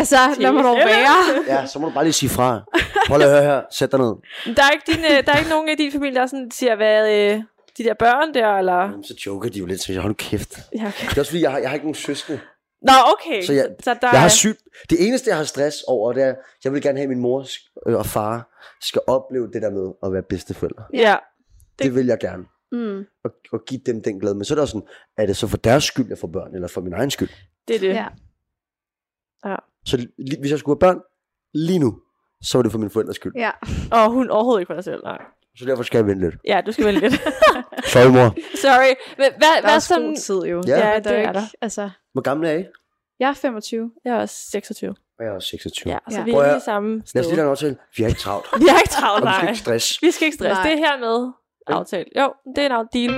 Speaker 4: altså, lad mig dog
Speaker 2: Michelle.
Speaker 4: være.
Speaker 3: ja, så må du bare lige sige fra. Prøv lige at høre her, sæt dig ned.
Speaker 2: Der er ikke, din, øh, der er ikke nogen af din familie, der sådan siger, hvad øh, de der børn der, eller...
Speaker 3: Jamen, Så joker de jo lidt, så jeg holder kæft.
Speaker 2: Ja, okay.
Speaker 3: Det er også fordi, jeg har, jeg har ikke nogen søskende.
Speaker 2: Nå, okay.
Speaker 3: Så jeg-
Speaker 2: så der,
Speaker 3: Jeg har sygt. Det eneste, jeg har stress over, det er, jeg vil gerne have, at min mor sk- øh, og far skal opleve det der med at være bedsteforældre.
Speaker 2: Ja,
Speaker 3: Det, det vil jeg gerne.
Speaker 4: Mm,
Speaker 3: Og, og give dem den glæde. Men så er det også sådan, er det så for deres skyld, jeg får børn, eller for min egen skyld?
Speaker 2: det er det.
Speaker 4: ja.
Speaker 3: Så li- hvis jeg skulle have børn lige nu, så var det for min forældres skyld.
Speaker 4: ja.
Speaker 2: Og hun overhovedet ikke for dig selv, nej.
Speaker 3: Så derfor skal jeg vente lidt.
Speaker 2: Ja, du skal vælge lidt.
Speaker 3: Sorry, mor.
Speaker 2: Sorry. Men hvad,
Speaker 4: Der er
Speaker 2: hvad
Speaker 4: også
Speaker 2: sådan...
Speaker 4: god tid jo.
Speaker 3: Ja.
Speaker 2: Ja,
Speaker 4: Men der
Speaker 2: det
Speaker 4: jo
Speaker 2: er der.
Speaker 4: Altså,
Speaker 3: Hvor gammel er I?
Speaker 4: jeg er 25.
Speaker 2: Jeg er også 26.
Speaker 3: Og jeg er 26.
Speaker 2: Ja, så
Speaker 4: Ja.
Speaker 2: vi
Speaker 3: Prøv at
Speaker 2: er
Speaker 3: høre.
Speaker 2: lige samme sted.
Speaker 3: Lad os lige lave en aftale. Vi har ikke travlt.
Speaker 2: Vi har ikke travlt,
Speaker 3: Og vi skal
Speaker 2: nej.
Speaker 3: ikke stress.
Speaker 2: Vi skal ikke stresse.
Speaker 4: Nej.
Speaker 2: Det er hermed aftalt. Jo, det er en af- deal.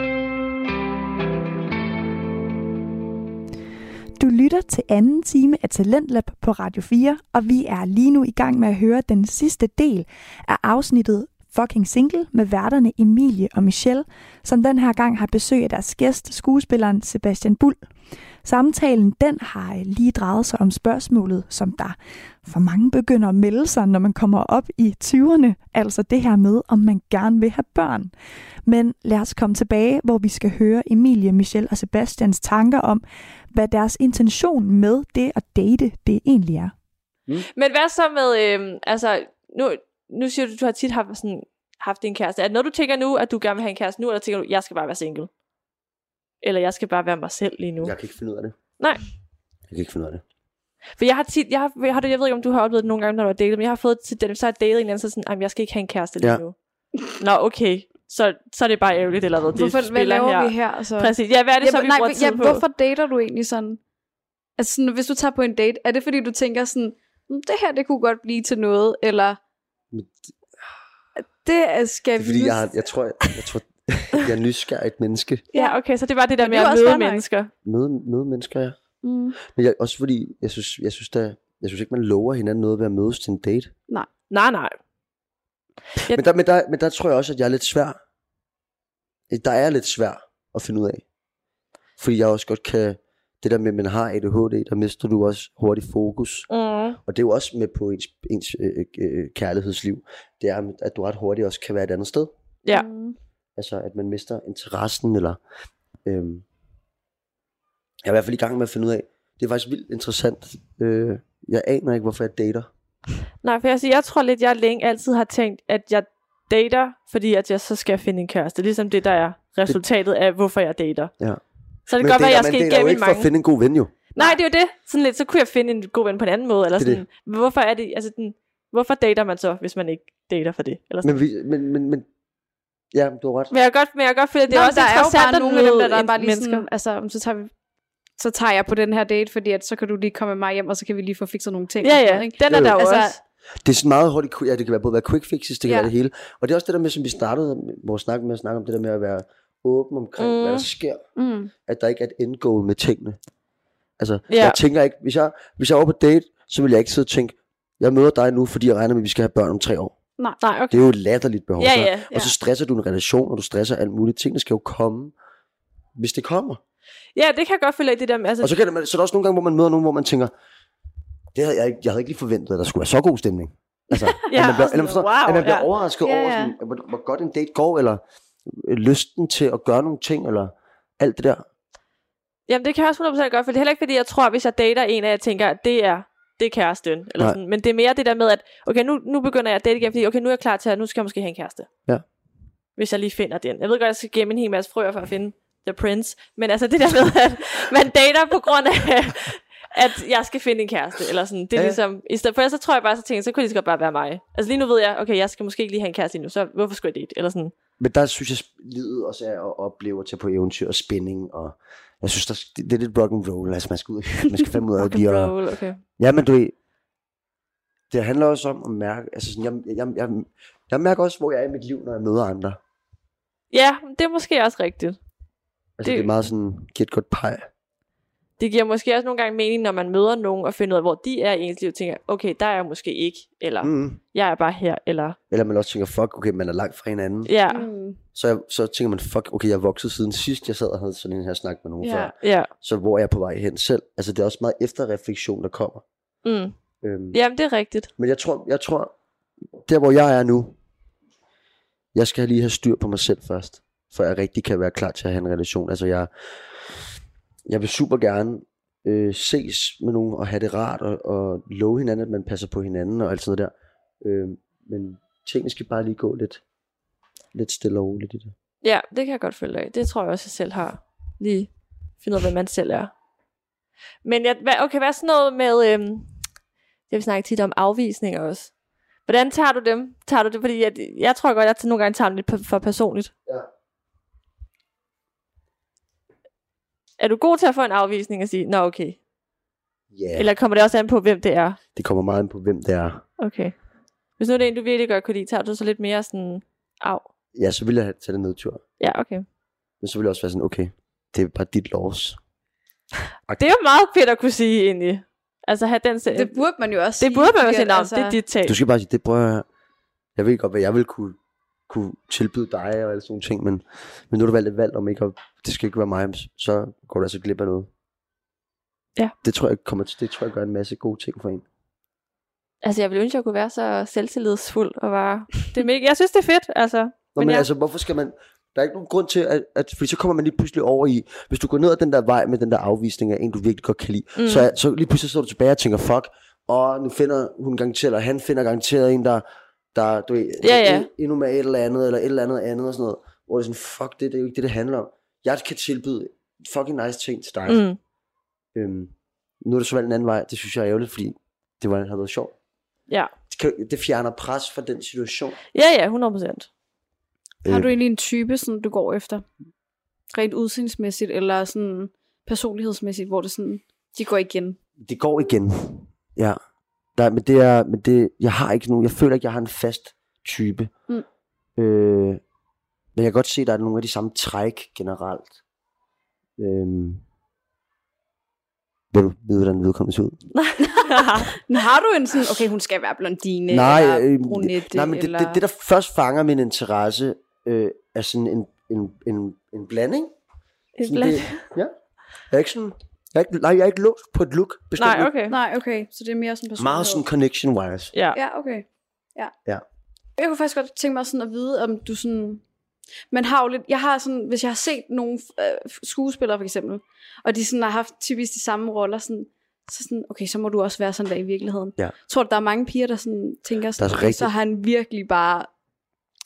Speaker 1: Du lytter til anden time af Talentlab på Radio 4, og vi er lige nu i gang med at høre den sidste del af afsnittet Fucking Single med værterne Emilie og Michelle, som den her gang har besøg af deres gæst, skuespilleren Sebastian Bull. Samtalen den har øh, lige drejet sig om spørgsmålet, som der for mange begynder at melde sig, når man kommer op i 20'erne, altså det her med, om man gerne vil have børn. Men lad os komme tilbage, hvor vi skal høre Emilie, Michelle og Sebastians tanker om, hvad deres intention med det at date, det egentlig er.
Speaker 2: Men hvad så med... Øh, altså, nu, nu siger du, du har tit haft, sådan, haft en kæreste. Er det noget, du tænker nu, at du gerne vil have en kæreste nu, eller tænker du, jeg skal bare være single? Eller jeg skal bare være mig selv lige nu?
Speaker 3: Jeg kan ikke finde ud af det.
Speaker 2: Nej.
Speaker 3: Jeg kan ikke finde ud af det.
Speaker 2: For jeg har tit, jeg, har, jeg, har, det- jeg ved ikke, om du har oplevet det nogle gange, når du har datet, men jeg har fået til den, så har jeg datet en eller anden, så er sådan, "Ej, men jeg skal ikke have en kæreste lige
Speaker 3: Ja.
Speaker 2: nu. Nå, okay. Så, så er det bare ærgerligt, eller hvad det
Speaker 4: Hvorfor, hvad
Speaker 2: spiller
Speaker 4: laver
Speaker 2: her.
Speaker 4: vi her? Altså- Så?
Speaker 2: Præcis. Ja, hvad er det så, vi
Speaker 4: nej,
Speaker 2: bruger
Speaker 4: ja,
Speaker 2: tid på?
Speaker 4: hvorfor dater du egentlig sådan? Altså, sådan, hvis du tager på en date, er det fordi, du tænker sådan, "Mm, det her, det kunne godt blive til noget, eller
Speaker 3: Men
Speaker 4: det er- skal
Speaker 3: Det er
Speaker 4: vi
Speaker 3: fordi,
Speaker 4: nu-
Speaker 3: jeg, har- jeg tror, jeg, jeg, tror, jeg er nysgerrigt menneske.
Speaker 2: Ja, okay, så det var det der
Speaker 4: Men
Speaker 2: med
Speaker 4: det er
Speaker 2: at
Speaker 4: også
Speaker 2: møde
Speaker 4: fair nok.
Speaker 2: mennesker.
Speaker 3: Møde, møde mennesker, ja.
Speaker 4: Mm.
Speaker 3: Men jeg, også fordi, jeg synes, jeg synes, da, jeg synes ikke, man lover hinanden noget ved at mødes til en date.
Speaker 2: Nej, nej. Jeg-
Speaker 3: Men der, men, der, men der tror jeg også, at jeg er lidt svær. Eh, Der er jeg lidt svær at finde ud af. Fordi jeg også godt kan... Det der med, at man har ADHD, der mister du også hurtigt fokus.
Speaker 2: Mm.
Speaker 3: Og det er jo også med på ens, ens øh, øh, kærlighedsliv. Det er, at du ret hurtigt også kan være et andet sted.
Speaker 2: Ja.
Speaker 4: Mm.
Speaker 3: Altså, at man mister interessen, eller... Øhm, jeg er i hvert fald i gang med at finde ud af. Det er faktisk vildt interessant. Øh, jeg aner ikke, hvorfor jeg dater.
Speaker 2: Nej, for jeg, siger, jeg tror lidt, jeg længe altid har tænkt, at jeg dater, fordi at jeg så skal finde en kæreste. Ligesom det, der er resultatet af, hvorfor jeg dater.
Speaker 3: Ja.
Speaker 2: Så det
Speaker 3: Men
Speaker 2: kan godt være, at jeg
Speaker 3: man
Speaker 2: skal
Speaker 3: dater jo
Speaker 2: igennem i
Speaker 3: ikke for
Speaker 2: mange.
Speaker 3: at finde en god ven, jo.
Speaker 2: Nej, det er jo det. Sådan lidt, så kunne jeg finde en god ven på en anden måde. Eller
Speaker 3: Det er
Speaker 2: sådan, hvorfor er det, altså den, hvorfor dater man så, hvis man ikke dater for det? Eller sådan.
Speaker 3: Men, vi, men, men, men, ja, du har ret.
Speaker 2: Men jeg kan godt, men jeg kan godt føle, at det
Speaker 4: Nå,
Speaker 2: er
Speaker 4: men
Speaker 2: også
Speaker 4: der er jo
Speaker 2: interessant
Speaker 4: bare
Speaker 2: at
Speaker 4: nogle af dem,
Speaker 2: møde
Speaker 4: der, der er
Speaker 2: en-
Speaker 4: bare lige
Speaker 2: mennesker.
Speaker 4: sådan, altså, "Mm, så tager vi så tager jeg på den her date, fordi at så kan du lige komme med mig hjem, og så kan vi lige få fikset nogle ting.
Speaker 2: Ja,
Speaker 4: og sådan
Speaker 2: ja.
Speaker 4: noget, ikke?
Speaker 2: Den er
Speaker 3: Jo,
Speaker 2: der
Speaker 3: jo.
Speaker 2: jo
Speaker 4: Altså,
Speaker 2: også.
Speaker 3: Det er sådan meget hurtigt, ja, det kan være både være quick fixes, det kan
Speaker 4: Ja.
Speaker 3: ja. være det hele. Og det er også det der med, som vi startede vores snak med at snakke om, det der med at være åben omkring,
Speaker 2: Mm.
Speaker 3: mm. hvad der sker,
Speaker 4: Mm.
Speaker 3: at der ikke er et end goal med tingene. Altså,
Speaker 2: Ja.
Speaker 3: ja. jeg tænker ikke, hvis jeg, hvis jeg er over på date, så vil jeg ikke sidde og tænke, jeg møder dig nu, fordi jeg regner med, at vi skal have børn om tre år.
Speaker 2: Nej, okay.
Speaker 3: Det er jo et latterligt behov.
Speaker 2: Ja,
Speaker 3: så-
Speaker 2: ja.
Speaker 3: Og så stresser du en relation, og du stresser alt muligt. Tingene skal jo komme, hvis det kommer.
Speaker 2: Ja, det kan jeg godt føle, at det der, altså,
Speaker 3: Og så, kan det, så er der også nogle gange, hvor man møder nogen, hvor man tænker, det havde jeg, ikke, jeg havde ikke lige forventet, at der skulle være så god stemning. Altså,
Speaker 2: ja,
Speaker 3: at man bliver,
Speaker 2: og
Speaker 3: eller
Speaker 2: sådan,
Speaker 3: man forstår,
Speaker 2: wow,
Speaker 3: at man bliver
Speaker 2: ja.
Speaker 3: overrasket
Speaker 4: Ja,
Speaker 3: over,
Speaker 4: ja.
Speaker 3: sådan, hvor, hvor godt en date går, eller øh, lysten til at gøre nogle ting, eller alt det der.
Speaker 2: Jamen, det kan jeg også 100% godt, for det er heller ikke, fordi jeg tror, hvis jeg dater en af jer, tænker, at det er, det er kæresten. Eller
Speaker 3: Nej.
Speaker 2: sådan. Men det er mere det der med, at okay, nu, nu begynder jeg at date igen, fordi okay, nu er jeg klar til, at nu skal jeg måske have en kæreste.
Speaker 3: Ja.
Speaker 2: Hvis jeg lige finder den. Jeg ved godt, jeg skal gemme en hel masse frøer for at finde The Prince. Men altså det der med, at man dater på grund af, at jeg skal finde en kæreste. Eller sådan. Det er
Speaker 3: Ja, ja.
Speaker 2: ligesom, i stedet for ellers så tror jeg bare, så tænker, jeg, så kunne det lige så godt bare være mig. Altså lige nu ved jeg, okay, jeg skal måske ikke lige have en kæreste lige nu, så hvorfor skulle jeg date? Eller sådan.
Speaker 3: Men der synes jeg, livet også er at opleve at tage på eventyr og spænding, og jeg synes, der, det, det er lidt rock and roll. Altså, man skal ud og- man skal fandme ud af
Speaker 2: Rock and
Speaker 3: de og,
Speaker 2: roll, okay.
Speaker 3: Ja, men du ved, det handler også om at mærke, altså sådan, jeg, jeg, jeg, jeg mærker også, hvor jeg er i mit liv, når jeg møder andre.
Speaker 2: Ja, det er måske også rigtigt.
Speaker 3: Altså,
Speaker 2: Det-
Speaker 3: det, det er meget sådan, giver et godt pej.
Speaker 2: det giver måske også nogle gange mening, når man møder nogen og finder ud af, hvor de er i ens liv, og tænker, okay, der er jeg måske ikke, eller mm.
Speaker 3: Mm.
Speaker 2: jeg er bare her, eller
Speaker 3: Eller man også tænker, fuck, okay, man er langt fra hinanden.
Speaker 2: ja, mm.
Speaker 4: Mm.
Speaker 3: Så, jeg, så tænker man, fuck, okay, jeg er vokset siden sidst, jeg sad og havde sådan en her snak med nogen
Speaker 4: Ja.
Speaker 3: yeah. før.
Speaker 2: ja.
Speaker 3: Så hvor er jeg på vej hen selv? Altså, det er også meget efterreflektion, der kommer.
Speaker 2: Mm.
Speaker 3: Øhm,
Speaker 2: Jamen, det er rigtigt.
Speaker 3: Men jeg tror, jeg tror, der hvor jeg er nu, jeg skal lige have styr på mig selv først, før jeg rigtig kan være klar til at have en relation. Altså jeg, jeg vil super gerne øh, ses med nogen og have det rart og, og love hinanden, at man passer på hinanden og alt sådan noget der. Øh, men tingene skal bare lige gå lidt, lidt stille og roligt i det.
Speaker 2: Ja, det kan jeg godt følge af. Det tror jeg også, jeg selv har lige fundet ud af, hvad man selv er. Men jeg, hvad, okay, hvad er sådan noget med, øhm, jeg vil snakke tit om afvisninger også. Hvordan tager du dem? Tager du det, fordi jeg, jeg tror godt, jeg til nogle gange tager dem lidt per- for personligt.
Speaker 3: Ja.
Speaker 2: Er du god til at få en afvisning og sige, nå okay?
Speaker 3: Ja, yeah.
Speaker 2: Eller kommer det også an på, hvem det er?
Speaker 3: det kommer meget an på, hvem det er.
Speaker 2: Okay. Hvis nu det er en, du virkelig godt kunne lide, tager du så lidt mere sådan, af?
Speaker 3: Ja, så vil jeg have- tage det nedtur.
Speaker 2: Ja, okay.
Speaker 3: Men så vil jeg også være sådan, okay, det er bare dit lovs.
Speaker 2: Det er jo meget fedt at kunne sige, egentlig. Altså, have den selv. Det,
Speaker 4: Det burde man jo også
Speaker 2: det burde man jo sige,
Speaker 4: sikkert,
Speaker 2: navn, altså... det er dit tag.
Speaker 3: Du skal bare sige, det prøver jeg. Jeg ved godt, hvad jeg vil kunne, kunne tilbyde dig og alle sådan nogle ting, men, men nu har du valgt et valg om ikke at, det skal ikke være mig, så går du altså glip af noget.
Speaker 2: Ja.
Speaker 3: Det tror jeg kommer til, det tror jeg gør en masse gode ting for en.
Speaker 2: Altså, jeg ville ønske, at jeg kunne være så selvtillidsfuld og bare... Det er mega... Jeg synes, det er fedt, altså.
Speaker 3: Nå,
Speaker 2: Men
Speaker 3: men, men
Speaker 2: jeg-
Speaker 3: altså, hvorfor skal man, der er ikke nogen grund til, at, at, fordi så kommer man lige pludselig over i, hvis du går ned ad den der vej med den der afvisning af en, du virkelig godt kan lide,
Speaker 2: Mm.
Speaker 3: mm. så, er- så lige pludselig står du tilbage og tænker, fuck, og nu finder hun garanteret, eller han finder garanteret en, der, der du ved,
Speaker 2: Ja, ja.
Speaker 3: en- endnu med et eller andet, eller et eller andet andet og sådan noget, hvor det er sådan, fuck det, det er jo ikke det, det handler om. Jeg kan tilbyde fucking nice ting til dig.
Speaker 2: Mm.
Speaker 3: Øhm, Nu er det så valgt en anden vej. Det synes jeg er ærgerligt, fordi det var, har været sjovt.
Speaker 2: Ja.
Speaker 3: Det, kan, det fjerner pres fra den situation.
Speaker 2: Ja, ja, 100 procent.
Speaker 4: Har
Speaker 3: Øh.
Speaker 4: du egentlig en type, sådan, du går efter? Rent udseendsmæssigt, eller sådan personlighedsmæssigt, hvor det sådan, de går igen.
Speaker 3: Det går igen. Ja. Der, men det er, men det, jeg har ikke nogen, jeg føler ikke, jeg har en fast type.
Speaker 4: Mm.
Speaker 3: Øh, men jeg kan godt se, at der er nogle af de samme træk generelt. Øh, vil du vide, hvordan vedkommende ser ud?
Speaker 4: Men har du en sådan, okay, hun skal være blondine,
Speaker 3: Nej,
Speaker 4: eller
Speaker 3: øh,
Speaker 4: brunette,
Speaker 3: Nej, men det,
Speaker 4: eller...
Speaker 3: det, det, der først fanger min interesse, øh, er sådan en, en, en, en blanding.
Speaker 2: En
Speaker 3: Sådan
Speaker 2: blanding.
Speaker 3: Det, ja. Jeg er ikke sådan... Jeg er ikke, nej, jeg er ikke låst på et look. Bestemt
Speaker 2: Nej,
Speaker 3: ikke.
Speaker 2: okay.
Speaker 4: Nej, okay, så det er mere sådan personlighed.
Speaker 3: Meget sådan connection-wise.
Speaker 2: Ja.
Speaker 4: Ja, okay. Ja.
Speaker 3: Ja.
Speaker 4: Jeg kunne faktisk godt tænke mig sådan at vide, om du sådan... Man har jo lidt... Jeg har sådan... Hvis jeg har set nogle øh, skuespillere, for eksempel, og de sådan har haft typisk de samme roller, sådan, så sådan, okay, så må du også være sådan der i virkeligheden.
Speaker 3: Ja.
Speaker 4: Tror du, der er mange piger, der sådan tænker sådan,
Speaker 3: Der er rigtig-
Speaker 4: så har han virkelig bare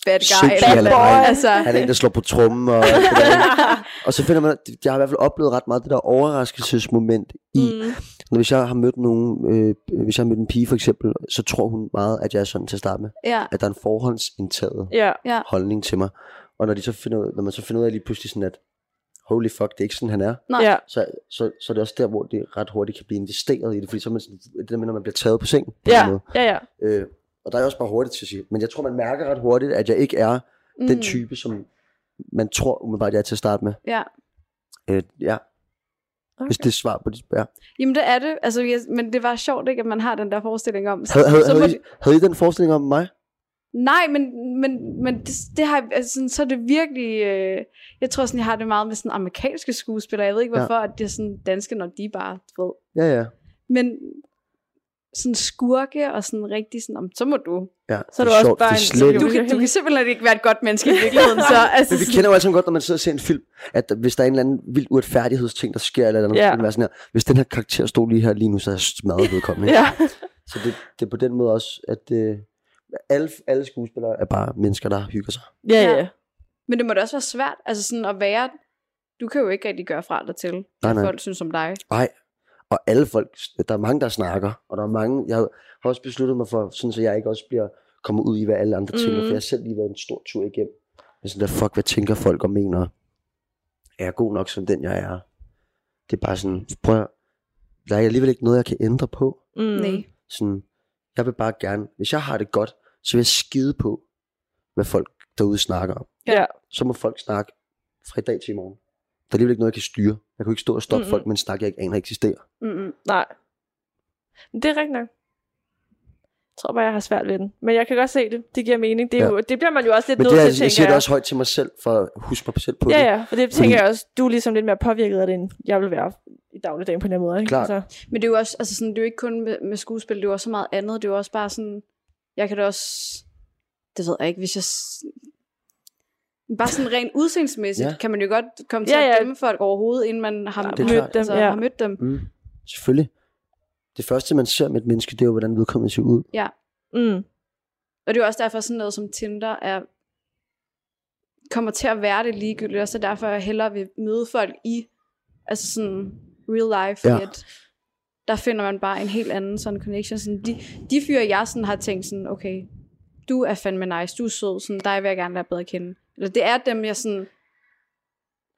Speaker 4: bad guy.
Speaker 3: Sindssyg
Speaker 4: eller-
Speaker 3: eller hvad?
Speaker 4: Altså,
Speaker 3: Han er en, der slår på trummen. Og, alt det der. og så finder man... Jeg har i hvert fald oplevet ret meget det der overraskelsesmoment i... Mm.
Speaker 4: mm,
Speaker 3: Når hvis jeg har mødt nogen... Øh, hvis jeg har mødt en pige, for eksempel, så tror hun meget, at jeg er sådan til at starte med.
Speaker 4: ja.
Speaker 3: At der er en forhåndsindtaget
Speaker 2: Ja.
Speaker 3: holdning til mig. Og når, de så finder ud, når man så finder ud af lige pludselig sådan, at holy fuck, det er ikke sådan, han er,
Speaker 4: Nej.
Speaker 2: ja.
Speaker 3: så, så, så er det også der, hvor det ret hurtigt kan blive investeret i det, fordi så er man sådan, det der med, når man bliver taget på sengen. På
Speaker 2: Ja,
Speaker 3: den måde.
Speaker 2: ja, ja.
Speaker 3: Øh, og der er jeg også bare hurtigt til at sige, men jeg tror, man mærker ret hurtigt, at jeg ikke er
Speaker 4: Mm,
Speaker 3: den type, som man tror umiddelbart, jeg er til at starte med.
Speaker 4: Ja.
Speaker 3: Øh, ja, hvis det er et svar på det. Ja.
Speaker 4: Jamen det er det, altså, jeg, men det var sjovt ikke, at man har den der forestilling om. Så,
Speaker 3: Havde, havde,
Speaker 4: så må
Speaker 3: havde,
Speaker 4: de-
Speaker 3: I, havde I den forestilling om mig?
Speaker 4: Nej, men, men, men det, det har, altså, sådan, så er det virkelig... Øh, jeg tror, sådan, jeg har det meget med sådan, amerikanske skuespillere. Jeg ved ikke,
Speaker 3: Ja.
Speaker 4: hvorfor at det er sådan, danske, når de er bare du ved.
Speaker 3: Ja, ja.
Speaker 4: Men sådan skurke og sådan rigtig sådan, "Om, så må du.
Speaker 3: ja
Speaker 2: Så er du
Speaker 3: det
Speaker 2: også
Speaker 3: sjovt,
Speaker 2: bare
Speaker 3: det er
Speaker 2: en-
Speaker 3: slet
Speaker 2: Jo,
Speaker 4: Du
Speaker 2: det
Speaker 3: ikke-
Speaker 2: er
Speaker 4: kan, du kan
Speaker 2: helt-
Speaker 4: simpelthen ikke være et godt menneske i virkeligheden. så, altså,
Speaker 3: Men vi kender jo alle sammen godt, når man sidder og ser en film, at hvis der er en eller anden vild uretfærdighedsting, der sker, eller, eller andet,
Speaker 2: Ja.
Speaker 3: så vil det være sådan her, hvis den her karakter stod lige her lige nu, så er jeg smadret vedkommende.
Speaker 2: Ja.
Speaker 3: Så det, det er på den måde også, at øh, alle, alle skuespillere er bare mennesker, der hygger sig.
Speaker 2: Ja,
Speaker 4: Ja.
Speaker 2: ja.
Speaker 4: Men det må da også være svært altså sådan at være... Du kan jo ikke rigtig gøre fra dig til,
Speaker 3: Nej,
Speaker 4: at
Speaker 3: nej.
Speaker 4: folk synes om dig.
Speaker 3: Nej. Og alle folk, der er mange, der snakker, og der er mange, jeg har også besluttet mig for, sådan så jeg ikke også bliver kommet ud i, hvad alle andre tænker,
Speaker 2: Mhm.
Speaker 3: for jeg har selv lige været en stor tur igennem. Men sådan der, fuck, hvad tænker folk og mener? Er jeg god nok som den, jeg er? Det er bare sådan, prøv at, der er alligevel ikke noget, jeg kan ændre på.
Speaker 2: Mm.
Speaker 4: Nej.
Speaker 3: Sådan, jeg vil bare gerne, hvis jeg har det godt, så vil jeg skide på, hvad folk derude snakker om.
Speaker 2: Ja.
Speaker 3: Så må folk snakke fra i dag til i morgen. Der er alligevel ikke noget, jeg kan styre. Jeg kan jo ikke stå og stoppe
Speaker 2: Mhm.
Speaker 3: mm-hmm. folk med en snak, jeg ikke aner eksisterer.
Speaker 4: Mm-mm.
Speaker 2: Nej. Men det er rigtigt nok. Jeg tror bare, jeg har svært ved den. Men jeg kan godt se det. Det giver mening. Det, er
Speaker 3: Ja.
Speaker 2: ja. jo, det bliver man jo også lidt
Speaker 3: Men
Speaker 2: nødt
Speaker 3: det
Speaker 2: til,
Speaker 3: er,
Speaker 2: tænker
Speaker 3: jeg siger det også højt til mig selv, for at huske mig selv på
Speaker 2: Ja,
Speaker 3: det.
Speaker 2: ja, for det tænker jeg også, du er ligesom lidt mere påvirket af det, end jeg vil være i dagligdagen på den her måde. Ikke?
Speaker 3: Klart.
Speaker 2: Altså,
Speaker 4: Men det er jo også, altså sådan, det er jo ikke kun med, med skuespil, det er jo også så meget andet. Det er jo også bare sådan, jeg kan da også, det ved jeg ikke, hvis jeg, s- bare sådan rent udseendsmæssigt, ja.
Speaker 3: Ja.
Speaker 4: kan man jo godt komme til
Speaker 2: Ja,
Speaker 4: ja, ja.
Speaker 2: ja.
Speaker 4: at dømme folk overhovedet, inden man har
Speaker 2: Ja,
Speaker 4: mødt
Speaker 3: det er
Speaker 4: dem.
Speaker 3: klart.
Speaker 4: Altså,
Speaker 2: Ja.
Speaker 4: har mødt dem.
Speaker 3: Mm, selvfølgelig. Det første, man ser med et menneske, det er jo, hvordan vedkommende ser ud.
Speaker 2: mm,
Speaker 4: Og det er jo også derfor sådan noget som Tinder er, kommer til at være det ligegyldigt, og så derfor jeg hellere vil møde folk i, altså sådan real life,
Speaker 3: Ja.
Speaker 4: ja. at der finder man bare en helt anden sådan connection. Sådan de, de fyre, jeg sådan har tænkt sådan, okay, du er fandme nice, du er sød, sådan dig vil jeg gerne lære bedre at kende. Eller det er dem, jeg sådan,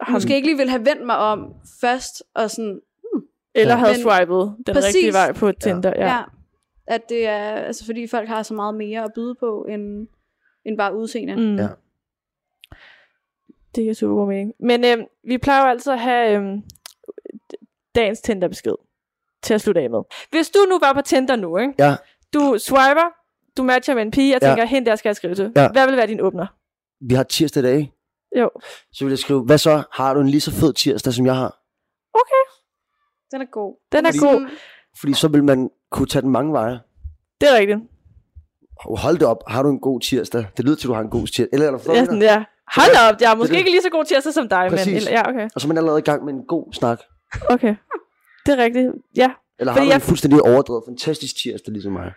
Speaker 2: ham,
Speaker 4: måske ikke lige vil have vendt mig om først, og sådan,
Speaker 2: eller havde
Speaker 4: Men-
Speaker 2: swipet den
Speaker 4: Præcis.
Speaker 2: rigtige vej på Tinder. Ja.
Speaker 4: ja.
Speaker 2: ja.
Speaker 4: ja. At det er, altså fordi folk har så meget mere at byde på, end, end bare udseende.
Speaker 2: Mm.
Speaker 3: Ja.
Speaker 2: Det giver super god mening. Men øhm, vi plejer jo altid at have øhm, dagens Tinder-besked til at slutte af med. Hvis du nu var på Tinder nu, ikke?
Speaker 3: Ja.
Speaker 2: du swiper, du matcher med en pige, og
Speaker 3: Ja.
Speaker 2: tænker, hende der skal jeg skrive til.
Speaker 3: Ja.
Speaker 2: Hvad vil være din åbner?
Speaker 3: Vi har tirsdag i dag, ikke?
Speaker 2: Jo.
Speaker 3: så vil jeg skrive, hvad så? Har du en lige så fed tirsdag, som jeg har?
Speaker 2: Okay,
Speaker 4: Den er god.
Speaker 2: Den er
Speaker 4: Fordi-
Speaker 2: god.
Speaker 3: Fordi så vil man kunne tage den mange veje.
Speaker 2: det er rigtigt.
Speaker 3: Hov, Hold det op, har du en god tirsdag? Det lyder til, du har en god tirsdag. Eller, eller,
Speaker 2: Ja, sådan, ja. Hold da op, jeg er måske
Speaker 3: det.
Speaker 2: ikke lige så god til at som dig. Men,
Speaker 3: Præcis.
Speaker 2: eller, ja, okay.
Speaker 3: Og så er man allerede i gang med en god snak.
Speaker 2: okay. Det er rigtigt. Ja,
Speaker 3: Eller har
Speaker 2: Fordi
Speaker 3: du en
Speaker 2: jeg-
Speaker 3: fuldstændig overdrevet, fantastisk tirsdag, ligesom mig. Man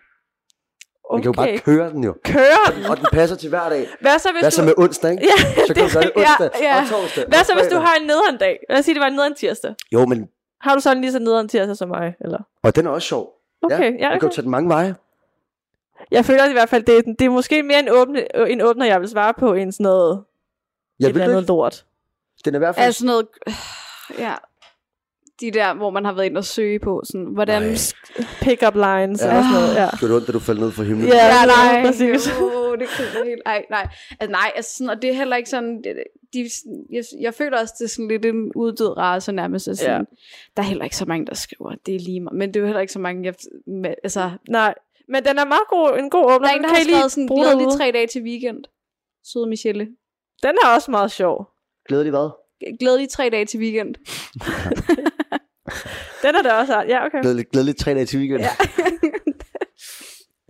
Speaker 2: okay.
Speaker 3: kan jo bare køre den jo.
Speaker 2: Køre den.
Speaker 3: Og den passer til hver dag.
Speaker 2: Hvad så, hvis
Speaker 3: Hvad
Speaker 2: du...
Speaker 3: så med onsdag, ikke?
Speaker 2: Ja,
Speaker 3: Så kan
Speaker 2: det-
Speaker 3: du gøre det
Speaker 2: ja,
Speaker 3: onsdag
Speaker 2: ja.
Speaker 3: og torsdag.
Speaker 2: Hvad
Speaker 3: og
Speaker 2: så, hvis du
Speaker 3: fredag.
Speaker 2: har en nederen dag? Lad os sige, det var en nederen tirsdag.
Speaker 3: Jo, men
Speaker 2: Har du sådan lige så nederen tirsdag som mig? Eller?
Speaker 3: Og den er også sjov.
Speaker 2: Okay, ja,
Speaker 3: Du
Speaker 2: okay.
Speaker 3: kan jo tage den mange veje.
Speaker 2: Jeg føler i hvert fald, det er, det er måske mere en, åbne, en åbner, jeg vil svare på, end sådan noget
Speaker 3: Jeg
Speaker 2: et
Speaker 3: vil
Speaker 2: eller andet
Speaker 3: ikke.
Speaker 2: lort.
Speaker 3: Den er i hvert fald...
Speaker 4: Er Altså, sådan noget... øh, Ja. De der, hvor man har været ind og søge på, sådan, hvordan...
Speaker 3: Nej.
Speaker 2: Pick-up lines ja. eller sådan noget. Ja.
Speaker 3: Gjorde det ondt, da du faldt ned fra himlen?
Speaker 2: Ja. nej, præcis.
Speaker 4: Jo, det kan helt... Ej, nej. Altså, nej, altså sådan, og det er heller ikke sådan... det- De, jeg, jeg føler også, det er sådan lidt en uddød race nærmest. Altså,
Speaker 2: Ja.
Speaker 4: ja. Der er heller ikke så mange, der skriver, det er lige mig. Men det er jo heller ikke så mange, jeg... Med, altså, der
Speaker 2: Nej, men den er meget god, en god åbner.
Speaker 4: er en,
Speaker 2: Den
Speaker 4: der
Speaker 2: kan
Speaker 4: har
Speaker 2: I lige
Speaker 4: skrevet sådan,
Speaker 2: bruge
Speaker 4: glæder
Speaker 2: derude.
Speaker 4: lige tre dage til weekend. Søde Michelle.
Speaker 2: Den er også meget sjov.
Speaker 3: Glæder de hvad?
Speaker 4: Glæder lige tre dage til weekend.
Speaker 2: Den er der også. Ja, okay.
Speaker 3: Glæder, glæder lidt tre dage til weekenden. Ja.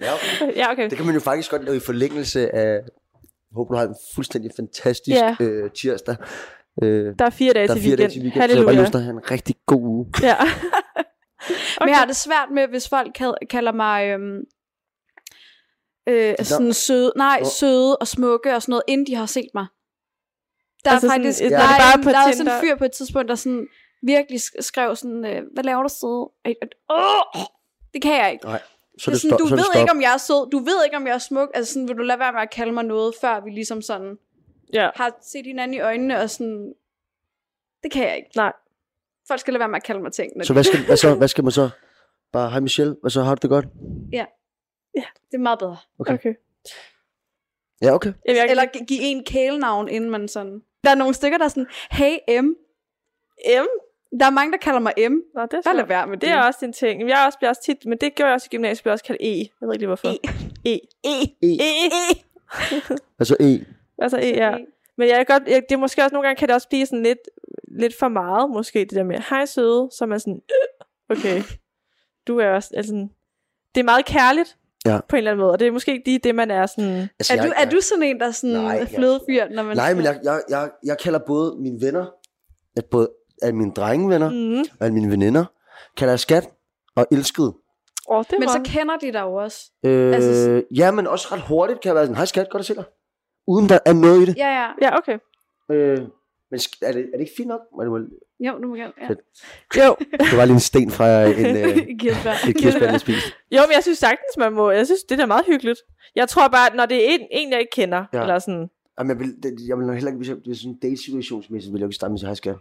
Speaker 3: ja.
Speaker 2: Ja, okay.
Speaker 3: Det kan man jo faktisk godt lave i forlængelse af... Jeg håber, du har en fuldstændig fantastisk
Speaker 2: Ja.
Speaker 3: øh, tirsdag. Øh,
Speaker 2: Der er fire dage
Speaker 3: der er
Speaker 2: til
Speaker 3: fire
Speaker 2: weekend.
Speaker 3: dage til weekend, så jeg har bare
Speaker 2: Halleluja.
Speaker 3: lyst til at have en rigtig god uge.
Speaker 2: Ja.
Speaker 4: Okay. Men jeg har det svært med, hvis folk kal- kalder mig øhm, øh, sådan søde, nej,
Speaker 3: Nå.
Speaker 4: søde og smukke og sådan noget, inden de har set mig. Der
Speaker 2: Altså
Speaker 4: er
Speaker 2: sådan
Speaker 4: faktisk
Speaker 2: et-
Speaker 4: der,
Speaker 3: når
Speaker 2: det bare
Speaker 4: er
Speaker 2: er
Speaker 4: en,
Speaker 2: på
Speaker 4: der er sådan
Speaker 2: Tinder.
Speaker 4: en fyr på et tidspunkt, der sådan virkelig sk- skrev sådan, øh, hvad laver du søde? Ej, øh, åh, Det kan jeg ikke.
Speaker 3: Nej, så
Speaker 4: Så
Speaker 3: er
Speaker 4: det
Speaker 3: det,
Speaker 4: er sådan,
Speaker 3: stop,
Speaker 4: du
Speaker 3: så er det
Speaker 4: ved
Speaker 3: stop.
Speaker 4: ikke, om jeg er sød, du ved ikke, om jeg er smuk. Altså sådan, vil du lade være med at kalde mig noget, før vi ligesom sådan
Speaker 2: ja.
Speaker 4: har set hinanden i øjnene og sådan, det kan jeg ikke.
Speaker 2: Nej.
Speaker 4: Folk skal lade være med at kalde mig ting, når
Speaker 3: Så hvad skal, hvad, så, hvad skal man så? Bare, hej Michelle, hvad så, har du det godt?
Speaker 4: det er meget bedre.
Speaker 3: Okay.
Speaker 2: okay.
Speaker 3: Ja, okay.
Speaker 2: Jamen, jeg,
Speaker 4: Eller gi- give en kælenavn, inden man sådan... Der er nogle stykker, der er sådan, hey M.
Speaker 2: M.
Speaker 4: Der er mange, der kalder mig M.
Speaker 2: Nå, det er
Speaker 4: Hvad
Speaker 2: sjovt.
Speaker 4: lad være med det?
Speaker 2: Det er også en ting. Jeg er også, bliver også tit, men det gjorde jeg også i gymnasiet, blev jeg også kaldt E. Jeg ved ikke lige, hvorfor.
Speaker 4: E.
Speaker 2: E. E.
Speaker 3: E.
Speaker 2: E. e.
Speaker 3: Altså E.
Speaker 2: Altså E, ja. Men jeg kan godt, jeg, det er måske også, nogle gange kan det også blive sådan lidt, lidt for meget, måske, det der med, hej søde, så er man sådan, øh, okay, du er også, altså, sådan- det er meget kærligt,
Speaker 3: Ja.
Speaker 2: på en eller anden måde, og det er måske ikke lige det, man er sådan,
Speaker 3: Altså,
Speaker 4: Er du,
Speaker 3: jeg,
Speaker 4: er du sådan en, der er sådan
Speaker 3: Nej,
Speaker 4: nej,
Speaker 3: jeg-
Speaker 4: flødefyr, når man...
Speaker 3: Nej, men jeg, jeg, jeg, jeg kalder både mine venner, at både alle mine drengevenner mm.
Speaker 2: mm,
Speaker 3: og alle mine veninder, kalder jeg skat og elsket.
Speaker 2: åh, det er
Speaker 4: Men så
Speaker 2: meget-
Speaker 4: kender de dig jo også.
Speaker 3: Øh,
Speaker 4: Altså,
Speaker 3: altså, ja, men også ret hurtigt kan jeg være sådan, hej skat, godt at se dig. Uden der er noget i det.
Speaker 4: Ja, ja.
Speaker 2: ja, okay,
Speaker 3: Øh, men sk- er det, er det ikke fint nok? Var det, var-
Speaker 4: Jo, nu må jeg... Ja.
Speaker 3: Fedt.
Speaker 2: jo,
Speaker 3: det var lige en sten fra en, øh,
Speaker 4: Kirsebær.
Speaker 3: et kirsebær, jeg spiste.
Speaker 2: jo, men jeg synes sagtens, man må, jeg synes, det er da meget hyggeligt, jeg tror bare, at når det er en, en jeg ikke kender, ja.
Speaker 3: Ja.
Speaker 2: eller sådan,
Speaker 3: Jamen, jeg vil, det- jeg vil nok heller ikke, hvis jeg, hvis sådan en date-situationsmæssigt, vil jeg ikke starte med at sige, hej skat.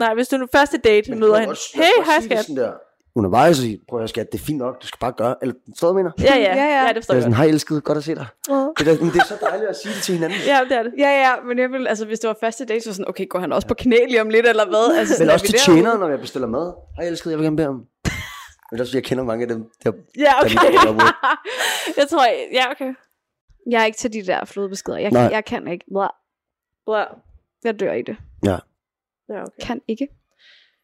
Speaker 2: nej, hvis du nu første date
Speaker 3: Men
Speaker 2: møder
Speaker 3: jeg kan
Speaker 2: hende,
Speaker 3: godt- jeg kan
Speaker 2: hey,
Speaker 3: godt
Speaker 2: hej
Speaker 3: sige det
Speaker 2: skat,
Speaker 3: Sådan der, undervejs og sige, prøv at høre skat, det er fint nok, du skal bare gøre. Eller, forstår du, hvad jeg mener?
Speaker 2: ja, ja,
Speaker 4: Ja, ja.
Speaker 2: ja, det
Speaker 3: Så
Speaker 2: forstår jeg
Speaker 3: er sådan, hej elskede, godt at se dig.
Speaker 2: godt.
Speaker 3: Det er, da- men det er så dejligt at sige det til hinanden.
Speaker 2: ja, det er det,
Speaker 4: Ja, ja, men jeg vil, altså, hvis det var første date, så var sådan, okay, går han også på knæ lige om lidt, eller hvad? Altså,
Speaker 3: Men
Speaker 4: sådan, er
Speaker 3: også
Speaker 4: vi
Speaker 3: til
Speaker 4: derude?
Speaker 3: tjeneren, når jeg bestiller mad. Hej elskede, jeg vil gerne bede om. Men det er også, fordi jeg kender mange af dem, der,
Speaker 2: ja,
Speaker 3: der
Speaker 2: okay,
Speaker 3: bestiller mad.
Speaker 2: jeg tror, ja, okay,
Speaker 4: Jeg er ikke til de der flødebeskeder. Jeg,
Speaker 3: Nej.
Speaker 4: jeg kan ikke. Blah.
Speaker 2: ja,
Speaker 4: Jeg dør i det.
Speaker 2: ja, okay.
Speaker 4: Kan ikke.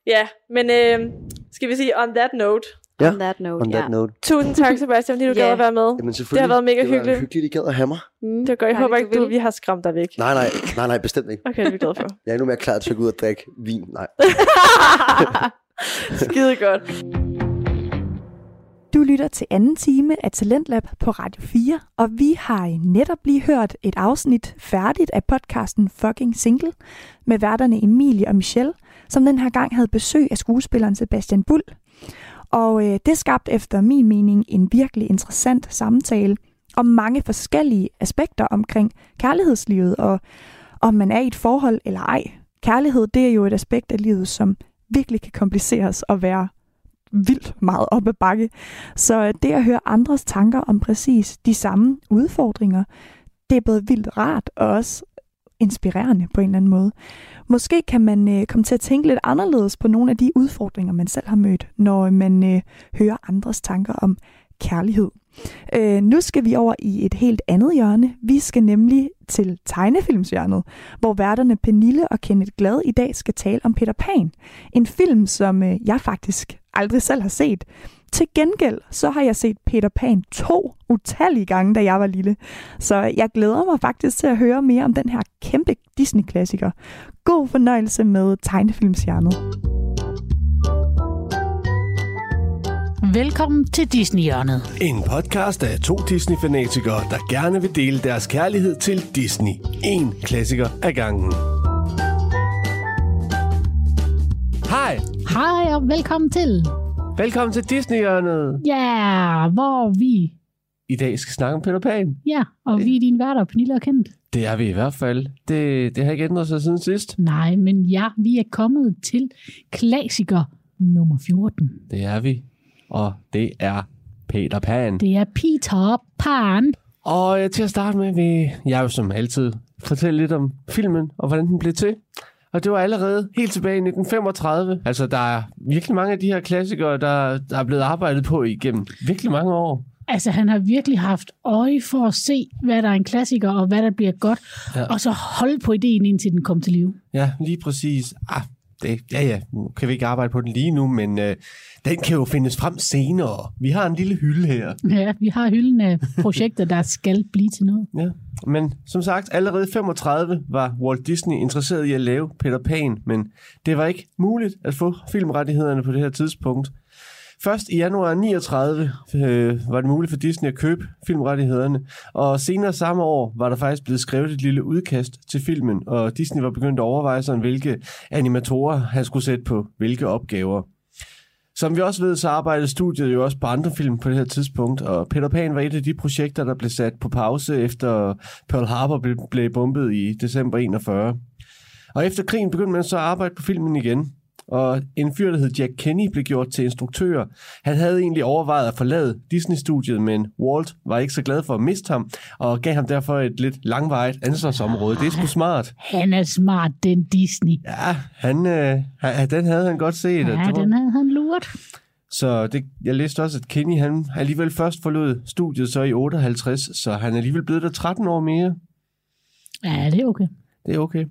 Speaker 2: Ja, men øh, skal vi sige on that note.
Speaker 3: Ja,
Speaker 4: On that note,
Speaker 3: On that
Speaker 4: ja.
Speaker 3: note.
Speaker 2: Tusind tak, Sebastian, fordi du
Speaker 4: Ja.
Speaker 2: gad at være med.
Speaker 3: Jamen selvfølgelig.
Speaker 2: været mega
Speaker 3: det var
Speaker 2: hyggeligt.
Speaker 3: hyggeligt, I gad at have mig.
Speaker 4: Mm.
Speaker 2: Det var godt. Jeg
Speaker 4: Dejligt,
Speaker 2: håber ikke,
Speaker 4: du
Speaker 2: du,
Speaker 4: vil.
Speaker 2: vi har skræmt dig væk.
Speaker 3: Nej, nej, nej, nej, bestemt ikke.
Speaker 2: Okay, det er vi glade for.
Speaker 3: Jeg er endnu mere klar til at gå ud og drikke vin. Nej.
Speaker 2: Skide godt.
Speaker 1: Du lytter til anden time af Talentlab på Radio 4, og vi har netop lige hørt et afsnit færdigt af podcasten Fucking Single med værterne Emilie og Michelle, som den her gang havde besøg af skuespilleren Sebastian Bull. Og øh, det skabte efter min mening en virkelig interessant samtale om mange forskellige aspekter omkring kærlighedslivet og om man er i et forhold eller ej. Kærlighed, det er jo et aspekt af livet, som virkelig kan kompliceres og være vildt meget op ad bakke. Så øh, det at høre andres tanker om præcis de samme udfordringer, det er både vildt rart og også inspirerende på en eller anden måde. Måske kan man øh, komme til at tænke lidt anderledes på nogle af de udfordringer, man selv har mødt, når man øh, hører andres tanker om kærlighed. Øh, nu skal vi over i et helt andet hjørne. Vi skal nemlig til tegnefilmshjørnet, hvor værterne Pernille og Kenneth Glad i dag skal tale om Peter Pan. En film, som øh, jeg faktisk aldrig selv har set. Til gengæld, så har jeg set Peter Pan to utallige gange, da jeg var lille. Så jeg glæder mig faktisk til at høre mere om den her kæmpe Disney-klassiker. God fornøjelse med tegnefilmshjernet.
Speaker 5: Velkommen til Disney-hjørnet.
Speaker 6: En podcast af to Disney-fanatikere, der gerne vil dele deres kærlighed til Disney. En klassiker ad gangen. Hej,
Speaker 5: Hej og velkommen til.
Speaker 6: Velkommen til disney -hjørnet.
Speaker 5: Ja, yeah, hvor vi...
Speaker 6: I dag skal vi snakke om Peter Pan.
Speaker 5: Ja, og vi er dine værter, Pernille og Kent.
Speaker 6: Det er vi i hvert fald. Det, det har ikke ændret sig siden sidst.
Speaker 5: Nej, men ja, vi er kommet til klassiker nummer 14.
Speaker 6: Det er vi. Og det er Peter Pan.
Speaker 5: Det er Peter Pan.
Speaker 6: Og øh, til at starte med vil jeg jo som altid fortælle lidt om filmen og hvordan den blev til. Og det var allerede helt tilbage i 1935. Altså, der er virkelig mange af de her klassikere, der, der er blevet arbejdet på igennem virkelig mange år.
Speaker 5: Altså, han har virkelig haft øje for at se, hvad der er en klassiker, og hvad der bliver godt,
Speaker 6: Ja.
Speaker 5: ja. og så holde på ideen, indtil den kom til live.
Speaker 6: Ja, lige præcis. Ah, det, ja, ja, nu kan vi ikke arbejde på den lige nu, men øh, den kan jo findes frem senere. Vi har en lille hylde her.
Speaker 5: Ja, vi har hylden af projekter, der skal blive til noget.
Speaker 6: Ja. Men som sagt, allerede i 35 var Walt Disney interesseret i at lave Peter Pan, men det var ikke muligt at få filmrettighederne på det her tidspunkt. Først i januar 39 øh, var det muligt for Disney at købe filmrettighederne, og senere samme år var der faktisk blevet skrevet et lille udkast til filmen, og Disney var begyndt at overveje sådan, hvilke animatorer han skulle sætte på hvilke opgaver. Som vi også ved, så arbejdede studiet jo også på andre film på det her tidspunkt, og Peter Pan var et af de projekter, der blev sat på pause efter Pearl Harbor blev, blev bombet i december 41. Og efter krigen begyndte man så at arbejde på filmen igen, og en fyr, der hed Jack Kenny, blev gjort til instruktør. Han havde egentlig overvejet at forlade Disney-studiet, men Walt var ikke så glad for at miste ham, og gav ham derfor et lidt langvarigt ansvarsområde. Det er sgu smart.
Speaker 5: Han er smart, den Disney.
Speaker 6: Ja, han, øh, han- den havde han godt set. og
Speaker 5: Ja,
Speaker 6: det var-
Speaker 5: den havde han luret.
Speaker 6: så det, jeg læste også, at Kenny han alligevel først forlod studiet så i 58, så han er alligevel blevet der 13 år mere.
Speaker 5: Ja, det er okay.
Speaker 6: Det er okay.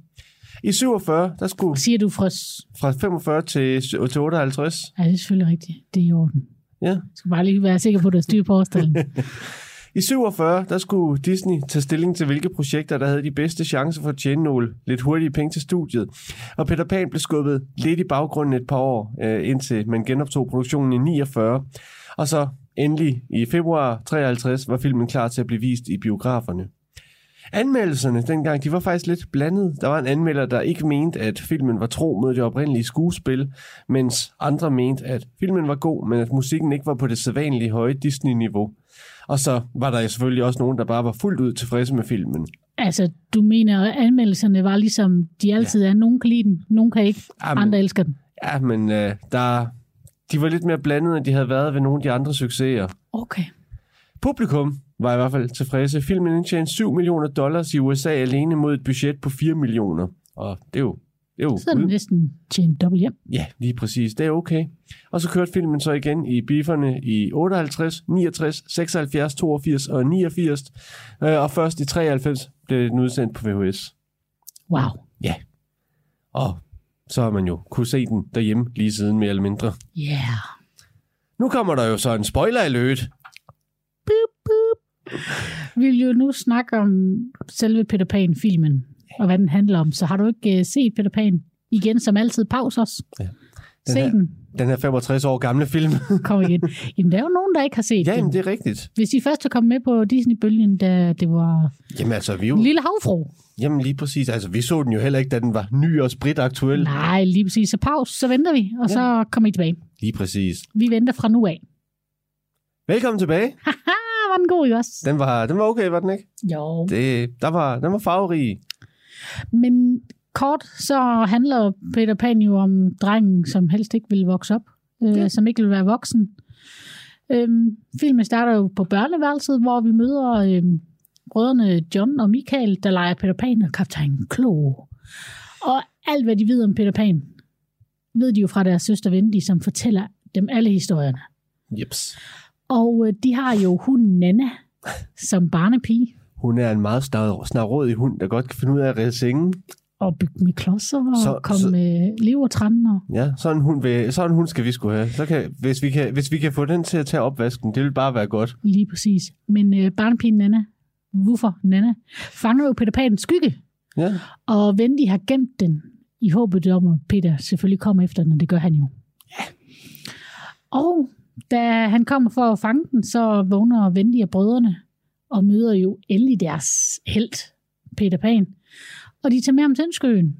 Speaker 6: I 47, der skulle
Speaker 5: Siger du fra... s-
Speaker 6: fra 45 til, til 58.
Speaker 5: Ja, det er selvfølgelig rigtigt. Det er i orden.
Speaker 6: Ja.
Speaker 5: Jeg skal bare lige være sikker på, at der er styr på årstallen.
Speaker 6: I 47, der skulle Disney tage stilling til, hvilke projekter, der havde de bedste chancer for at tjene nogle lidt hurtige penge til studiet. Og Peter Pan blev skubbet lidt i baggrunden et par år, øh, indtil man genoptog produktionen i 49. Og så endelig i februar 53 var filmen klar til at blive vist i biograferne. Anmeldelserne dengang, de var faktisk lidt blandet. Der var en anmelder, der ikke mente, at filmen var tro mod det oprindelige skuespil, mens andre mente, at filmen var god, men at musikken ikke var på det sædvanlige høje Disney-niveau. Og så var der jo selvfølgelig også nogen, der bare var fuldt ud tilfredse med filmen.
Speaker 5: altså, du mener, at anmeldelserne var ligesom de altid er. Nogen kan lide den, nogen kan ikke.
Speaker 6: Jamen.
Speaker 5: Andre elsker den.
Speaker 6: Ja, men øh, der, de var lidt mere blandede, end de havde været ved nogle af de andre succeser.
Speaker 5: Okay.
Speaker 6: Publikum var i hvert fald tilfredse. Filmen indtjente 7 millioner dollars i USA alene mod et budget på 4 millioner. Og det er jo... Det er jo
Speaker 5: Så er den
Speaker 6: ude-
Speaker 5: næsten tjent dobbelt hjem.
Speaker 6: Ja, lige præcis. Det er okay. Og så kørte filmen så igen i bifferne i 58, 69, 76, 82 og 89. Øh, Og først i 93 blev den udsendt på VHS.
Speaker 5: Wow.
Speaker 6: Og så har man jo kunne se den derhjemme lige siden, mere eller mindre.
Speaker 5: Yeah.
Speaker 6: Nu kommer der jo så en spoiler alert.
Speaker 5: Vi vil jo nu snakke om selve Peter Pan-filmen, og hvad den handler om. Så har du ikke uh, set Peter Pan igen, som altid, pause os.
Speaker 6: Ja. Den
Speaker 5: Se
Speaker 6: her-
Speaker 5: den.
Speaker 6: Den her 65 år gamle film.
Speaker 5: Kom igen. Jamen, der er jo nogen, der ikke har set
Speaker 6: Jamen,
Speaker 5: den.
Speaker 6: det er rigtigt.
Speaker 5: Hvis de først er kommet med på Disney-bølgen, da det var
Speaker 6: Jamen altså, vi er
Speaker 5: en
Speaker 6: jo...
Speaker 5: lille havfru.
Speaker 6: Jamen lige præcis. Altså, vi så den jo heller ikke, da den var ny og spritaktuel.
Speaker 5: Nej, lige præcis. Så pause, så venter vi, og så kommer I tilbage.
Speaker 6: Lige præcis.
Speaker 5: Vi venter fra nu af.
Speaker 6: Velkommen tilbage.
Speaker 5: Ah, var den god, ikke også?
Speaker 6: Den var, den var okay, var den ikke?
Speaker 5: Jo.
Speaker 6: Det, der var, den var farverig.
Speaker 5: Men kort, så handler Peter Pan jo om drengen, som helst ikke vil vokse op, øh, ja. som ikke vil være voksen. Øhm, filmen starter jo på børneværelset, hvor vi møder øhm, brødrene John og Michael, der leger Peter Pan og kaptajn Klo. Og alt, hvad de ved om Peter Pan, ved de jo fra deres søster Wendy, som fortæller dem alle historierne.
Speaker 6: Jeps.
Speaker 5: Og øh, de har jo hunden Nana som barnepige,
Speaker 6: Hun er en meget snar- snarrådig hund, der godt kan finde ud af at redde sengen.
Speaker 5: og bygge med klodser, og
Speaker 6: Så-
Speaker 5: så, komme
Speaker 6: så-
Speaker 5: med levertræn og
Speaker 6: Ja, sådan hun, vil, sådan hun skal vi skulle have. Så kan, hvis, vi kan, hvis vi kan få den til at tage opvasken, det vil bare være godt.
Speaker 5: Lige præcis. Men øh, barnepigen Nana, hvorfor Nana, fanger jo Peter Pan's skygge,
Speaker 6: Ja.
Speaker 5: og Wendy har gemt den i håbet om, at Peter selvfølgelig kommer efter den, og det gør han jo. Ja. Og da han kommer for at fange den, så vågner Wendy af brødrene, og møder jo endelig deres held, Peter Pan. Og de tager med ham til Ønskeøen,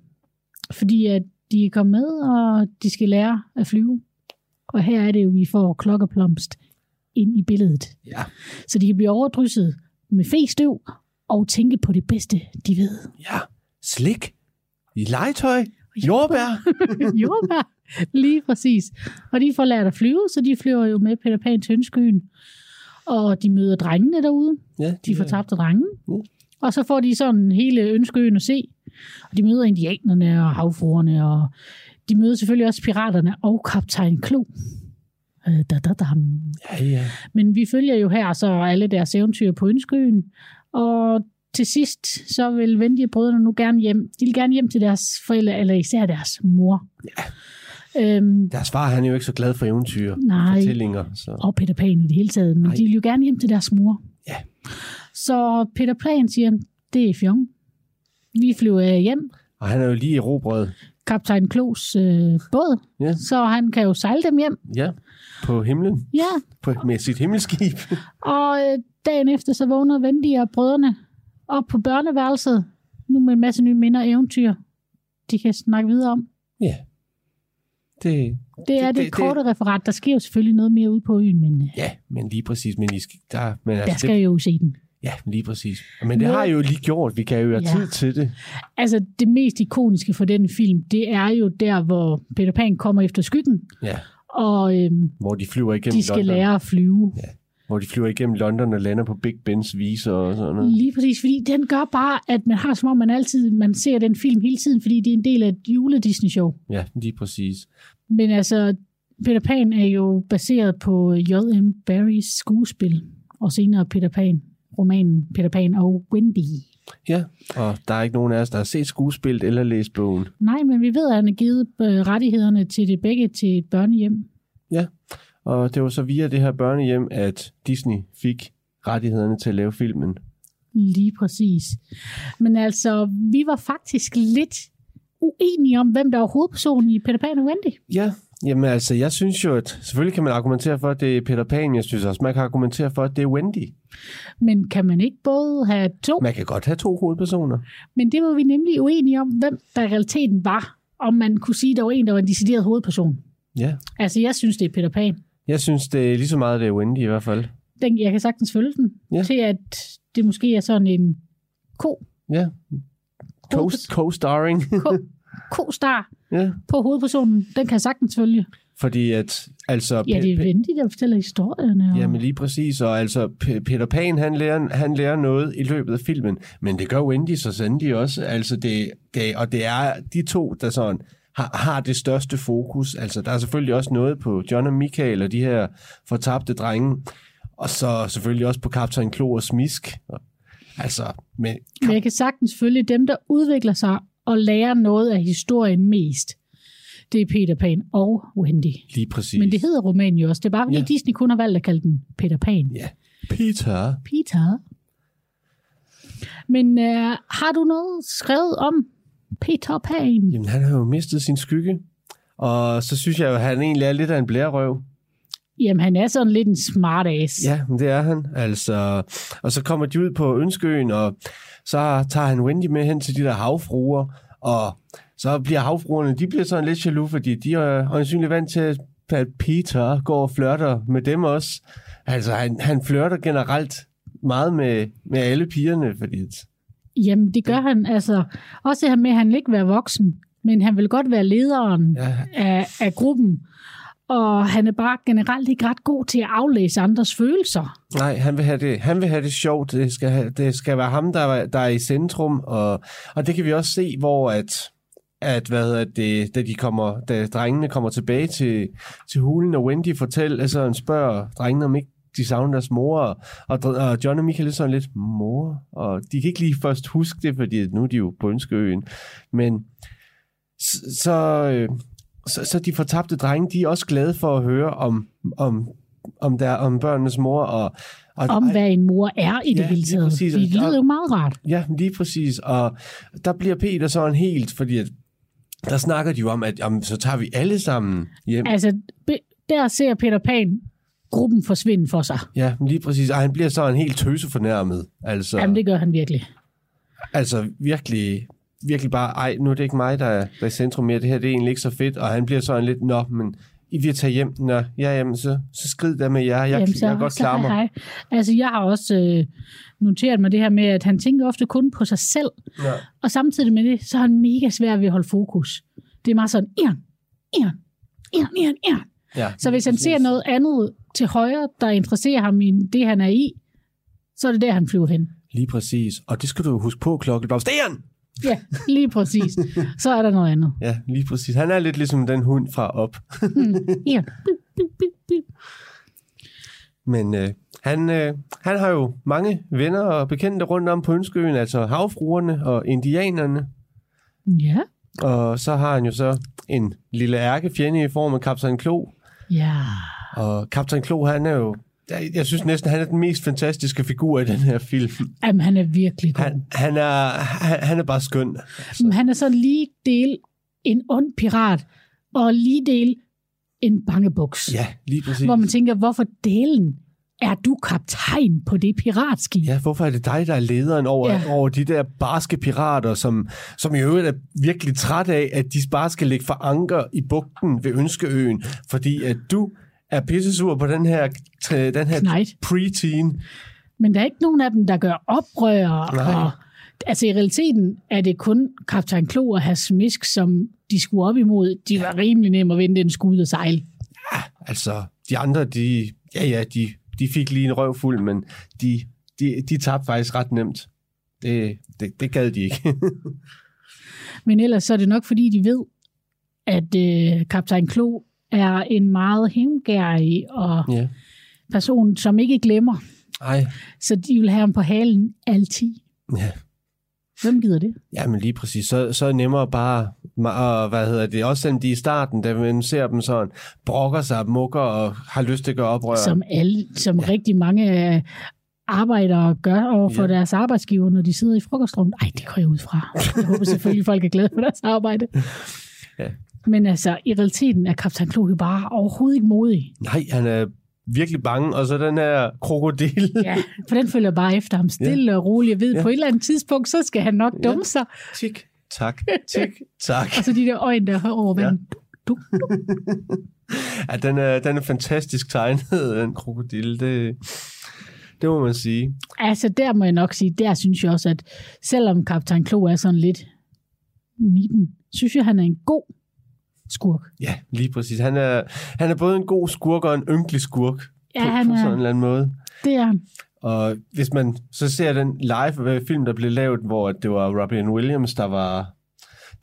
Speaker 5: fordi at de er kommet med, og de skal lære at flyve. Og her er det jo, vi får klokkeplomst ind i billedet.
Speaker 6: Ja.
Speaker 5: Så de kan blive overdrysset med festøv og tænke på det bedste, de ved.
Speaker 6: Ja. Slik. I legetøj. Jordbær.
Speaker 5: jordbær. Lige præcis. Og de får lært at flyve, så de flyver jo med Peter Pan til Ønskøen. Og de møder drengene derude.
Speaker 6: Ja,
Speaker 5: De får
Speaker 6: der.
Speaker 5: tabt drenge.
Speaker 6: Mm.
Speaker 5: Og så får de sådan hele Ønskøen at se. Og de møder indianerne og havfruerne, og de møder selvfølgelig også piraterne og kaptajn Klo. Øh, Da, da, da.
Speaker 6: Ja, ja.
Speaker 5: Men vi følger jo her så alle deres eventyr på Ønskøen. Og til sidst, så vil venlige brødrene nu gerne hjem. De vil gerne hjem til deres forældre, eller især deres mor. Ja. Øhm,
Speaker 6: Deres far, han er jo ikke så glad for eventyr.
Speaker 5: Nej.
Speaker 6: Fortællinger. Så.
Speaker 5: og Peter Pan i det hele taget, men
Speaker 6: Nej.
Speaker 5: Ej. de vil jo gerne hjem til deres mor.
Speaker 6: Ja.
Speaker 5: Så Peter Pan siger, det er fjong. Vi flyver hjem,
Speaker 6: Og han er jo lige i robrød.
Speaker 5: kaptajn Klos øh, båd,
Speaker 6: Ja.
Speaker 5: så han kan jo sejle dem hjem.
Speaker 6: Ja. På himlen.
Speaker 5: Ja,
Speaker 6: På, med sit himmelskib.
Speaker 5: og øh, dagen efter så vågner Wendy og brødrene op på børneværelset, nu med en masse nye minder og eventyr, de kan snakke videre om.
Speaker 6: ja. Det,
Speaker 5: Det er det,
Speaker 6: Det-
Speaker 5: det,
Speaker 6: det-
Speaker 5: korte referat. Der sker jo selvfølgelig noget mere ude på øen, men øh,
Speaker 6: ja, men lige præcis. Men, I skal, der, men
Speaker 5: der
Speaker 6: altså,
Speaker 5: skal
Speaker 6: det,
Speaker 5: jo se den.
Speaker 6: ja, lige præcis. Men det har I jo lige gjort. Vi kan jo have
Speaker 5: Ja.
Speaker 6: tid til det.
Speaker 5: Altså, det mest ikoniske for den film, det er jo der, hvor Peter Pan kommer efter skyggen,
Speaker 6: Ja.
Speaker 5: og øhm,
Speaker 6: Hvor de flyver igennem
Speaker 5: de skal
Speaker 6: London.
Speaker 5: lære at flyve.
Speaker 6: Hvor de flyver igennem London og lander på Big Bens viser og sådan noget.
Speaker 5: Lige præcis, fordi den gør bare, at man har som om, man altid man ser den film hele tiden, fordi det er en del af et jule-Disney-show.
Speaker 6: Ja, lige præcis.
Speaker 5: Men altså, Peter Pan er jo baseret på J.M. Barries skuespil, og senere Peter Pan, romanen Peter Pan og Wendy.
Speaker 6: Ja, og der er ikke nogen af os, der har set skuespillet eller læst bogen.
Speaker 5: Nej, men vi ved, at han har givet øh, rettighederne til det begge til et børnehjem.
Speaker 6: Og det var så via det her børnehjem, at Disney fik rettighederne til at lave filmen.
Speaker 5: Lige præcis. Men altså, vi var faktisk lidt uenige om, hvem der var hovedpersonen i Peter Pan og Wendy.
Speaker 6: Ja, jamen altså, jeg synes jo, at selvfølgelig kan man argumentere for, at det er Peter Pan. Jeg synes også, man kan argumentere for, at det er Wendy.
Speaker 5: Men kan man ikke både have to?
Speaker 6: Man kan godt have to hovedpersoner.
Speaker 5: Men det var vi nemlig uenige om, hvem der i realiteten var. Om man kunne sige, at der var en, der var en decideret hovedperson.
Speaker 6: Ja.
Speaker 5: Altså, jeg synes, det er Peter Pan.
Speaker 6: Jeg synes, det er lige så meget, det er Wendy i hvert fald.
Speaker 5: Den, jeg kan sagtens følge den.
Speaker 6: Ja.
Speaker 5: Til at det måske er sådan en ko.
Speaker 6: Ja. Co- Co-starring.
Speaker 5: ko- Ko-star
Speaker 6: ja.
Speaker 5: på hovedpersonen. Den kan jeg sagtens følge.
Speaker 6: Fordi at, altså...
Speaker 5: Ja,
Speaker 6: Pe-
Speaker 5: det er
Speaker 6: Pe-
Speaker 5: Wendy, der fortæller historierne. Og...
Speaker 6: Jamen lige præcis, og altså P- Peter Pan, han lærer, han lærer noget i løbet af filmen, men det gør Wendy så sandelig også, altså det, det, og det er de to, der sådan har, har det største fokus, altså der er selvfølgelig også noget på John og Michael og de her fortabte drenge, og så selvfølgelig også på Kaptajn Klo og Smisk, altså, men
Speaker 5: Men jeg kan sagtens følge dem, der udvikler sig og lærer noget af historien mest. Det er Peter Pan og Wendy.
Speaker 6: lige præcis.
Speaker 5: Men det hedder romanen jo også. Det er bare, fordi
Speaker 6: Ja.
Speaker 5: ja. Disney kun har valgt at kalde den Peter Pan.
Speaker 6: Ja, Peter.
Speaker 5: Peter. Men øh, har du noget skrevet om Peter Pan?
Speaker 6: Jamen han har jo mistet sin skygge, og så synes jeg jo, at han egentlig er lidt af en blærerøv.
Speaker 5: Jamen, han er sådan lidt en smartass.
Speaker 6: Ja, men det er han. Altså, og så kommer de ud på Ønskeøen, og så tager han Wendy med hen til de der havfruer, og så bliver havfruerne, de bliver sådan lidt jaloux, fordi de er øjensynligt vant til, at Peter går og flørter med dem også. Altså, han, han flørter generelt meget med, med alle pigerne, fordi...
Speaker 5: Jamen, det gør han. Altså, også det her med, at han vil ikke vil være voksen, men han vil godt være lederen.
Speaker 6: Ja,
Speaker 5: af, af gruppen. Og han er bare generelt ikke ret god til at aflæse andres følelser.
Speaker 6: Nej, han vil have det, han vil have det sjovt. Det skal, have, det skal være ham, der, er- der er i centrum. Og, og det kan vi også se, hvor at, at hvad hedder det, da, de kommer, da drengene kommer tilbage til, til hulen, og Wendy fortæller, altså han spørger drengene, om ikke de savner deres mor, og, og, og John og Michael er sådan lidt, mor? Og de kan ikke lige først huske det, fordi nu er de jo på Ønskeøen. Men s- så, øh, så, så de fortabte drenge, de er også glade for at høre om, om, om, der, om børnenes mor, og, og
Speaker 5: Om hvad en mor er i det
Speaker 6: Ja,
Speaker 5: ja, hele
Speaker 6: lige
Speaker 5: taget.
Speaker 6: præcis.
Speaker 5: Det lyder jo meget rart.
Speaker 6: Ja, lige præcis. Og der bliver Peter sådan helt, fordi at, der snakker de jo om, at jamen, så tager vi alle sammen hjem.
Speaker 5: Altså, be- der ser Peter Pan gruppen forsvinde for sig.
Speaker 6: Ja, lige præcis. Og han bliver sådan helt tøsefornærmet. Altså,
Speaker 5: Jamen, det gør han virkelig.
Speaker 6: altså virkelig. virkelig bare, ej, nu er det ikke mig, der er, der er i centrum mere, det her det er egentlig ikke så fedt, og han bliver sådan lidt, nå, men I vil tage hjem, nå, ja, jamen, så, så skrid der med jer, jeg, jamen, så, jeg kan godt klare mig.
Speaker 5: hej, hej. Altså, jeg har også øh, noteret mig det her med, at han tænker ofte kun på sig selv,
Speaker 6: Ja.
Speaker 5: og samtidig med det, så er han mega svær ved at holde fokus. Det er meget sådan, Ian, Ian, Ian, Ian, Ian.
Speaker 6: Ja,
Speaker 5: Så hvis han ser noget andet til højre, der interesserer ham i det, han er i, så er det der, han flyver hen.
Speaker 6: Lige præcis. Og det skal du jo huske på, Klokkeblomst. Sten!
Speaker 5: Ja, lige præcis. Så er der noget andet.
Speaker 6: Ja, lige præcis. Han er lidt ligesom den hund fra op.
Speaker 5: Ian. Bip, bip, bip, bip.
Speaker 6: Men øh, han, øh, han har jo mange venner og bekendte rundt om på Ønskeøen, altså havfruerne og indianerne.
Speaker 5: Ja,
Speaker 6: Og så har han jo så en lille ærkefjende i form af Kaptajn Klo.
Speaker 5: ja.
Speaker 6: Og Kaptajn Klo, han er jo... Jeg, jeg synes næsten, han er den mest fantastiske figur i den her film.
Speaker 5: Jamen, han er virkelig god.
Speaker 6: Han, han, er, han, han er bare skøn. Altså.
Speaker 5: Men han er så lige del en ond pirat, og lige del en bangebuks.
Speaker 6: Ja, lige præcis.
Speaker 5: Hvor man tænker, hvorfor delen er du kaptajn på det piratskib?
Speaker 6: Ja, hvorfor er det dig, der er lederen over,
Speaker 5: Ja.
Speaker 6: ja. over de der barske pirater, som, som i øvrigt er virkelig træt af, at de bare skal ligge for anker i bugten ved Ønskeøen, fordi at du er pissesur på den her, t- den her
Speaker 5: Knight.
Speaker 6: preteen.
Speaker 5: Men der er ikke nogen af dem, der gør oprør.
Speaker 6: Nej.
Speaker 5: Og, altså i realiteten er det kun kaptajn Klo og Hans Misk, som de skulle op imod. De var rimelig nemme at vende en skud og sejle.
Speaker 6: Altså, de andre, de, ja, ja, de, de fik lige en røvfuld, men de, de, de tabte faktisk ret nemt. Det, det, det gad de ikke.
Speaker 5: Men ellers så er det nok, fordi de ved, at øh, kaptajn Klo er en meget hemgærig og
Speaker 6: ja.
Speaker 5: person, som ikke glemmer.
Speaker 6: Ej.
Speaker 5: Så de vil have ham på halen altid.
Speaker 6: Ja.
Speaker 5: Hvem gider det?
Speaker 6: Ja, men lige præcis. Så, så er det nemmere bare, og hvad hedder det, også selvom de i starten, da man ser dem sådan, brokker sig, mukker og har lyst til at gøre oprør.
Speaker 5: Som, alle, som ja. rigtig mange øh, arbejdere gør over for ja.
Speaker 6: Ja.
Speaker 5: deres arbejdsgiver, når de sidder i frokostrummet. Ej, det går jeg ud fra. Jeg håber selvfølgelig, folk er glade for deres arbejde.
Speaker 6: Ja.
Speaker 5: Men altså, i realiteten er kaptajn Klo jo bare overhovedet ikke modig.
Speaker 6: Nej, han er virkelig bange, og så den her krokodil.
Speaker 5: Ja, for den følger bare efter ham stille ja. og roligt. Jeg ved, ja.
Speaker 6: Ja.
Speaker 5: på et eller andet tidspunkt, så skal han nok
Speaker 6: Ja.
Speaker 5: dumme sig.
Speaker 6: Tik, tak, tik, tak.
Speaker 5: Og så de der øjne, der hører over
Speaker 6: Ja.
Speaker 5: vandet. Du, du, du.
Speaker 6: Ja, den er, den er fantastisk tegnet, den krokodil. Det, det må man sige.
Speaker 5: Altså, der må jeg nok sige, der synes jeg også, at selvom kaptajn Klo er sådan lidt niben, synes jeg, han er en god skurk.
Speaker 6: Ja, lige præcis. Han er, han er både en god skurk og en ynkelig skurk.
Speaker 5: Ja,
Speaker 6: på,
Speaker 5: han
Speaker 6: på sådan en
Speaker 5: er,
Speaker 6: eller anden måde.
Speaker 5: det er han.
Speaker 6: Og hvis man så ser den live-film, der blev lavet, hvor at det var Robin Williams, der var,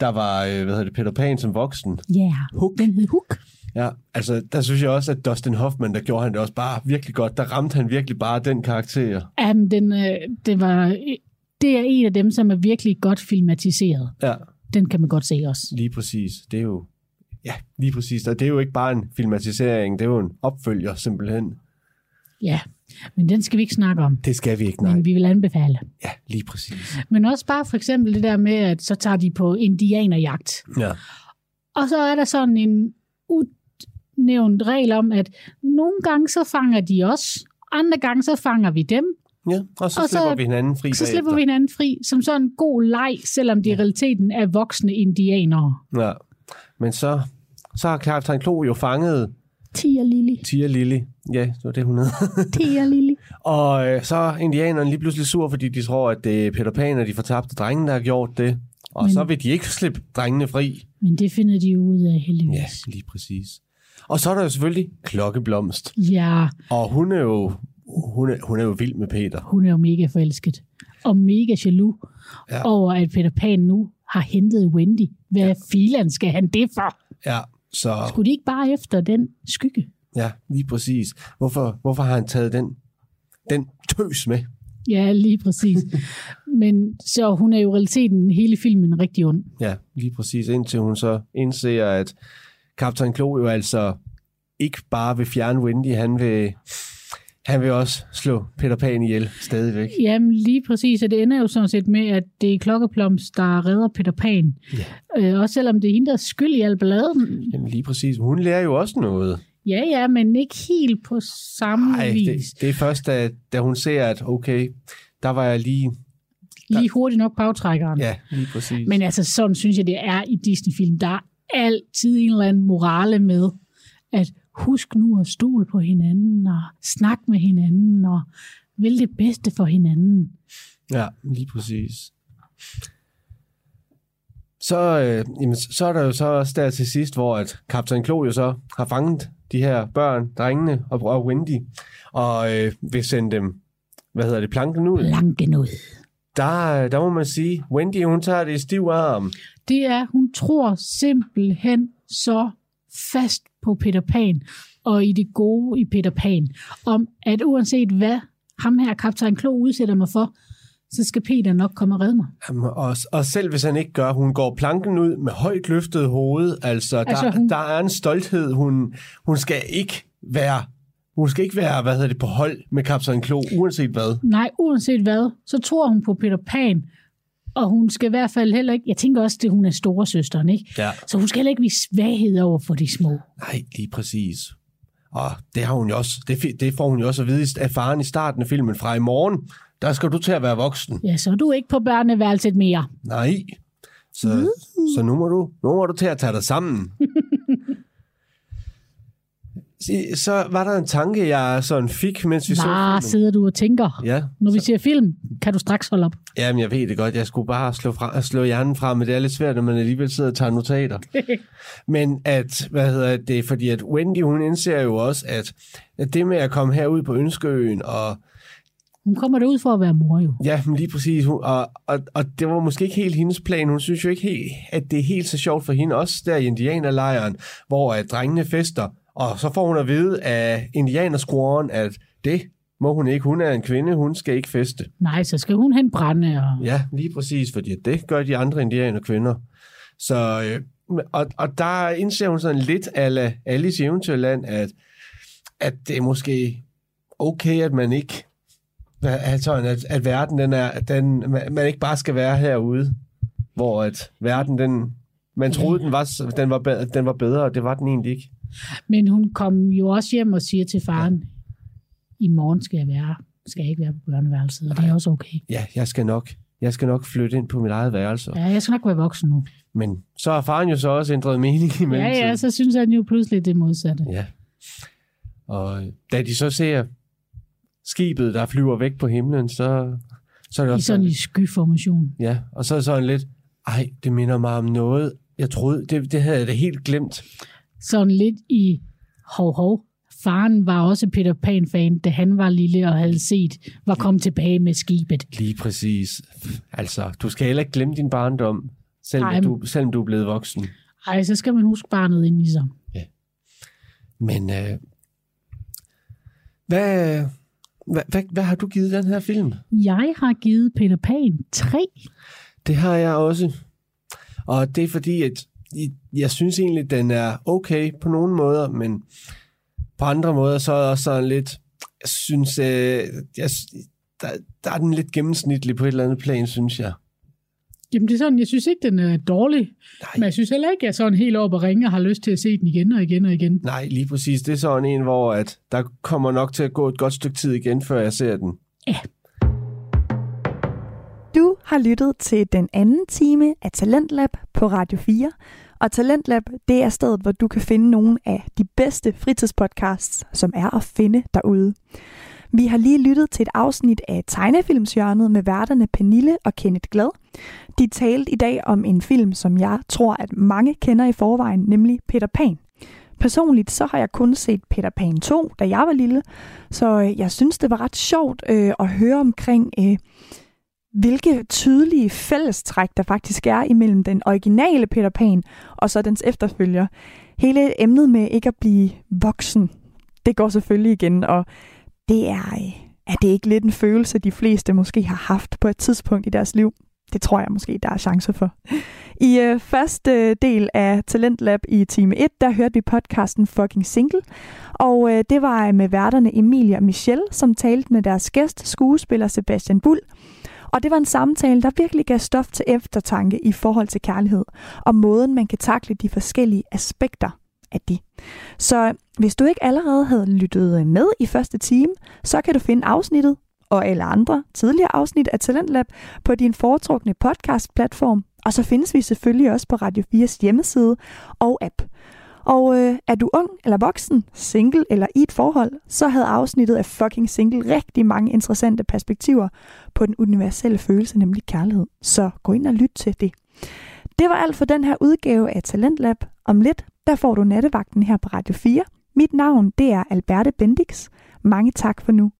Speaker 6: der var øh, hvad hedder det, Peter Pan som voksen.
Speaker 5: Ja,
Speaker 6: Hook.
Speaker 5: den hed Hook.
Speaker 6: Ja, altså der synes jeg også, at Dustin Hoffman, der gjorde han det også bare virkelig godt. Der ramte han virkelig bare den karakter.
Speaker 5: Jamen, den, øh, det, var, det er en af dem, som er virkelig godt filmatiseret.
Speaker 6: Ja,
Speaker 5: Den kan man godt se også.
Speaker 6: lige præcis. Det er jo, ja, lige præcis. Og det er jo ikke bare en filmatisering, det er jo en opfølger simpelthen.
Speaker 5: Ja, men den skal vi ikke snakke om.
Speaker 6: Det skal vi ikke, nej.
Speaker 5: Men vi vil anbefale.
Speaker 6: Ja, lige præcis.
Speaker 5: Men også bare for eksempel det der med, at så tager de på indianerjagt.
Speaker 6: Ja,
Speaker 5: Og så er der sådan en udnævnt regel om, at nogle gange så fanger de os, andre gange så fanger vi dem,
Speaker 6: ja. og så
Speaker 5: Og så-
Speaker 6: og slipper så, vi hinanden fri
Speaker 5: så slipper vi
Speaker 6: bagefter.
Speaker 5: hinanden fri, som sådan en god leg, selvom de i realiteten er voksne indianere.
Speaker 6: Ja. Men så, så har Captain Klo jo fanget
Speaker 5: Tia Lili,
Speaker 6: Tia Lili. Ja, det var det, hun hed.
Speaker 5: Tia Lili.
Speaker 6: Og øh, så er indianerne lige pludselig sur, fordi de tror, at det er Peter Pan og de fortabte drenge, der har gjort det. Og
Speaker 5: Men-
Speaker 6: Men... så vil de ikke slippe drengene fri.
Speaker 5: Men det finder de jo ud af heldigvis.
Speaker 6: lige præcis. Og så er der jo selvfølgelig Klokkeblomst.
Speaker 5: Ja,
Speaker 6: Og hun er jo, hun er, hun er jo vild med Peter.
Speaker 5: hun er jo mega forelsket. Og mega jaloux ja.
Speaker 6: Ja.
Speaker 5: over, at Peter Pan nu har hentet Wendy. Hvad ja. filan skal han det for?
Speaker 6: Ja, så
Speaker 5: Skulle de ikke bare efter den skygge?
Speaker 6: ja, lige præcis. Hvorfor, hvorfor har han taget den, den tøs med?
Speaker 5: Ja, lige præcis. Men så hun er jo i realiteten hele filmen rigtig ond.
Speaker 6: Ja, lige præcis. Indtil hun så indser, at Kaptajn Klo jo altså ikke bare vil fjerne Wendy, han vil, han vil også slå Peter Pan ihjel stadigvæk.
Speaker 5: Jamen lige præcis, og det ender jo sådan set med, at det er Klokkeploms, der redder Peter Pan.
Speaker 6: Ja.
Speaker 5: Øh, også selvom det er hende, der er skyld i al balladen.
Speaker 6: Jamen lige præcis. Hun lærer jo også noget.
Speaker 5: Ja, ja, men ikke helt på samme
Speaker 6: Nej,
Speaker 5: Ej,
Speaker 6: det,
Speaker 5: vis. Det...
Speaker 6: det er først, da, da hun ser, at okay, der var jeg lige
Speaker 5: lige hurtigt nok på aftrækkeren.
Speaker 6: Ja, lige præcis.
Speaker 5: Men altså, sådan synes jeg, det er i Disney-film. Der er altid en eller anden morale med, at husk nu at stole på hinanden, og snak med hinanden, og vil det bedste for hinanden.
Speaker 6: Ja, lige præcis. Så, øh, jamen, så er der jo så også der til sidst, hvor at kaptajn Klo jo så har fanget de her børn, drengene og, og Wendy, og øh, vil sende dem, hvad hedder det, planken ud.
Speaker 5: Langt ud.
Speaker 6: Der, øh, der må man sige, Wendy hun tager det i stiv arm.
Speaker 5: Det er, hun tror simpelthen så fast på Peter Pan, og i det gode i Peter Pan, om at uanset hvad ham her, kaptajn Klo, udsætter mig for, så skal Peter nok komme og redde mig.
Speaker 6: Jamen, og, og selv hvis han ikke gør, hun går planken ud med højt løftet hoved. Altså, der,
Speaker 5: Altså,
Speaker 6: altså
Speaker 5: hun-
Speaker 6: hun... der er en stolthed. Hun, hun skal ikke være... Hun skal ikke være, hvad hedder det, på hold med kaptajn Klo, uanset hvad.
Speaker 5: Nej, uanset hvad, så tror hun på Peter Pan, og hun skal i hvert fald heller ikke, jeg tænker også, at hun er storesøsteren, ikke?
Speaker 6: Ja.
Speaker 5: Så hun skal heller ikke vise svaghed over for de små.
Speaker 6: Nej, lige præcis. Og det, har hun jo også, det, fi- det får hun jo også at vide i- af faren i starten af filmen. Fra i morgen, der skal du til at være voksen.
Speaker 5: Ja, så er du ikke på børneværelset mere.
Speaker 6: Nej. Så, så nu, må du, nu må du til at tage dig sammen. Se, så var der en tanke, jeg sådan fik, mens vi
Speaker 5: Bare
Speaker 6: så filmen.
Speaker 5: sidder du og tænker.
Speaker 6: Ja,
Speaker 5: Når vi ser film, kan du straks holde op.
Speaker 6: jamen jeg ved det godt. Jeg skulle bare slå, fra, slå hjernen fra, men det er lidt svært, når man alligevel sidder og tager notater. Men at, hvad hedder det, fordi at Wendy, hun indser jo også, at, at det med at komme herud på Ønskeøen, og
Speaker 5: Hun kommer derud for at være mor jo.
Speaker 6: ja, men lige præcis, hun, og, og, og det var måske ikke helt hendes plan. Hun synes jo ikke helt, at det er helt så sjovt for hende, også der i indianerlejren, hvor at drengene fester, og så får hun at vide af indianerskroeren, at det må hun ikke. Hun er en kvinde, hun skal ikke feste.
Speaker 5: Nej, så skal hun hen brænde. Og...
Speaker 6: Ja, lige præcis, fordi det gør de andre indianer kvinder. Så, øh, og, og der indser hun sådan lidt ala Alice i Eventyrland, at, at det er måske okay, at man ikke hvad- altså, at, at verden den er, at den, man man ikke bare skal være herude, hvor at verden den, man troede, den var, s- den var, bedre, den var bedre, og det var den egentlig ikke.
Speaker 5: Men hun kom jo også hjem og siger til faren, i morgen skal jeg være skal jeg ikke være på børneværelset, og det er også okay.
Speaker 6: Ja, jeg skal nok, jeg skal nok flytte ind på mit eget værelse. Ja.
Speaker 5: Ja, jeg skal nok være voksen nu.
Speaker 6: Men så har faren jo så også ændret mening i
Speaker 5: Ja,
Speaker 6: mellemtiden.
Speaker 5: ja, så synes han jo pludselig det modsatte.
Speaker 6: Ja. Og øh, da de så ser skibet, der flyver væk på himlen, så, så er det
Speaker 5: I
Speaker 6: også
Speaker 5: sådan en
Speaker 6: lidt-
Speaker 5: skyformation.
Speaker 6: Ja, og så er det sådan lidt, ej, det minder mig om noget, jeg troede, det, det havde jeg da helt glemt.
Speaker 5: Sådan lidt i hov, hov. Faren var også Peter Pan-fan, da han var lille og havde set, var kommet tilbage med skibet.
Speaker 6: Lige præcis. Altså, du skal heller ikke glemme din barndom,
Speaker 5: Ej,
Speaker 6: selvom, du, selvom du er blevet voksen.
Speaker 5: Ej, så skal man huske barnet ind i sig.
Speaker 6: Men øh, hvad, hvad, hvad, hvad har du givet den her film?
Speaker 5: Jeg har givet Peter Pan 3.
Speaker 6: Det har jeg også. Og det er fordi, at i- jeg synes egentlig, den er okay på nogle måder, men på andre måder, så er jeg også sådan lidt, jeg synes, øh, jeg, s- der, der er den lidt gennemsnitlig på et eller andet plan, synes jeg.
Speaker 5: Jamen det er sådan, jeg synes ikke, den er dårlig. Men
Speaker 6: Nej,
Speaker 5: jeg synes heller ikke, at jeg er sådan helt oppe og ringe og har lyst til at se den igen og igen og igen.
Speaker 6: nej, lige præcis. Det er sådan en, hvor at der kommer nok til at gå et godt stykke tid igen, før jeg ser den.
Speaker 1: Du har lyttet til den anden time af Talentlab på Radio 4. Og Talentlab, det er stedet, hvor du kan finde nogle af de bedste fritidspodcasts, som er at finde derude. Vi har lige lyttet til et afsnit af Tegnefilmshjørnet med værterne Pernille og Kenneth Glad. De talte i dag om en film, som jeg tror, at mange kender i forvejen, nemlig Peter Pan. Personligt så har jeg kun set Peter Pan 2, da jeg var lille, så øh, jeg synes, det var ret sjovt øh, at høre omkring øh, hvilke tydelige fællestræk der faktisk er imellem den originale Peter Pan og så dens efterfølger. Hele emnet med ikke at blive voksen, det går selvfølgelig igen, og det er, øh, er det ikke lidt en følelse, de fleste måske har haft på et tidspunkt i deres liv? Det tror jeg måske, der er chancer for. I øh, første del af Talentlab i time 1, der hørte vi podcasten Fucking Single, og øh, det var med værterne Emilie og Michelle, som talte med deres gæst, skuespiller Sebastian Bull, og det var en samtale, der virkelig gav stof til eftertanke i forhold til kærlighed, og måden man kan takle de forskellige aspekter af det. Så hvis du ikke allerede havde lyttet med i første time, så kan du finde afsnittet og alle andre tidligere afsnit af Talentlab på din foretrukne podcast-platform. Og så findes vi selvfølgelig også på Radio 4's hjemmeside og app. Og øh, er du ung eller voksen, single eller i et forhold, så havde afsnittet af Fucking Single rigtig mange interessante perspektiver på den universelle følelse, nemlig kærlighed. Så gå ind og lyt til det. Det var alt for den her udgave af Talentlab. Om lidt, der får du nattevagten her på Radio 4. Mit navn, det er Alberte Bendix. Mange tak for nu.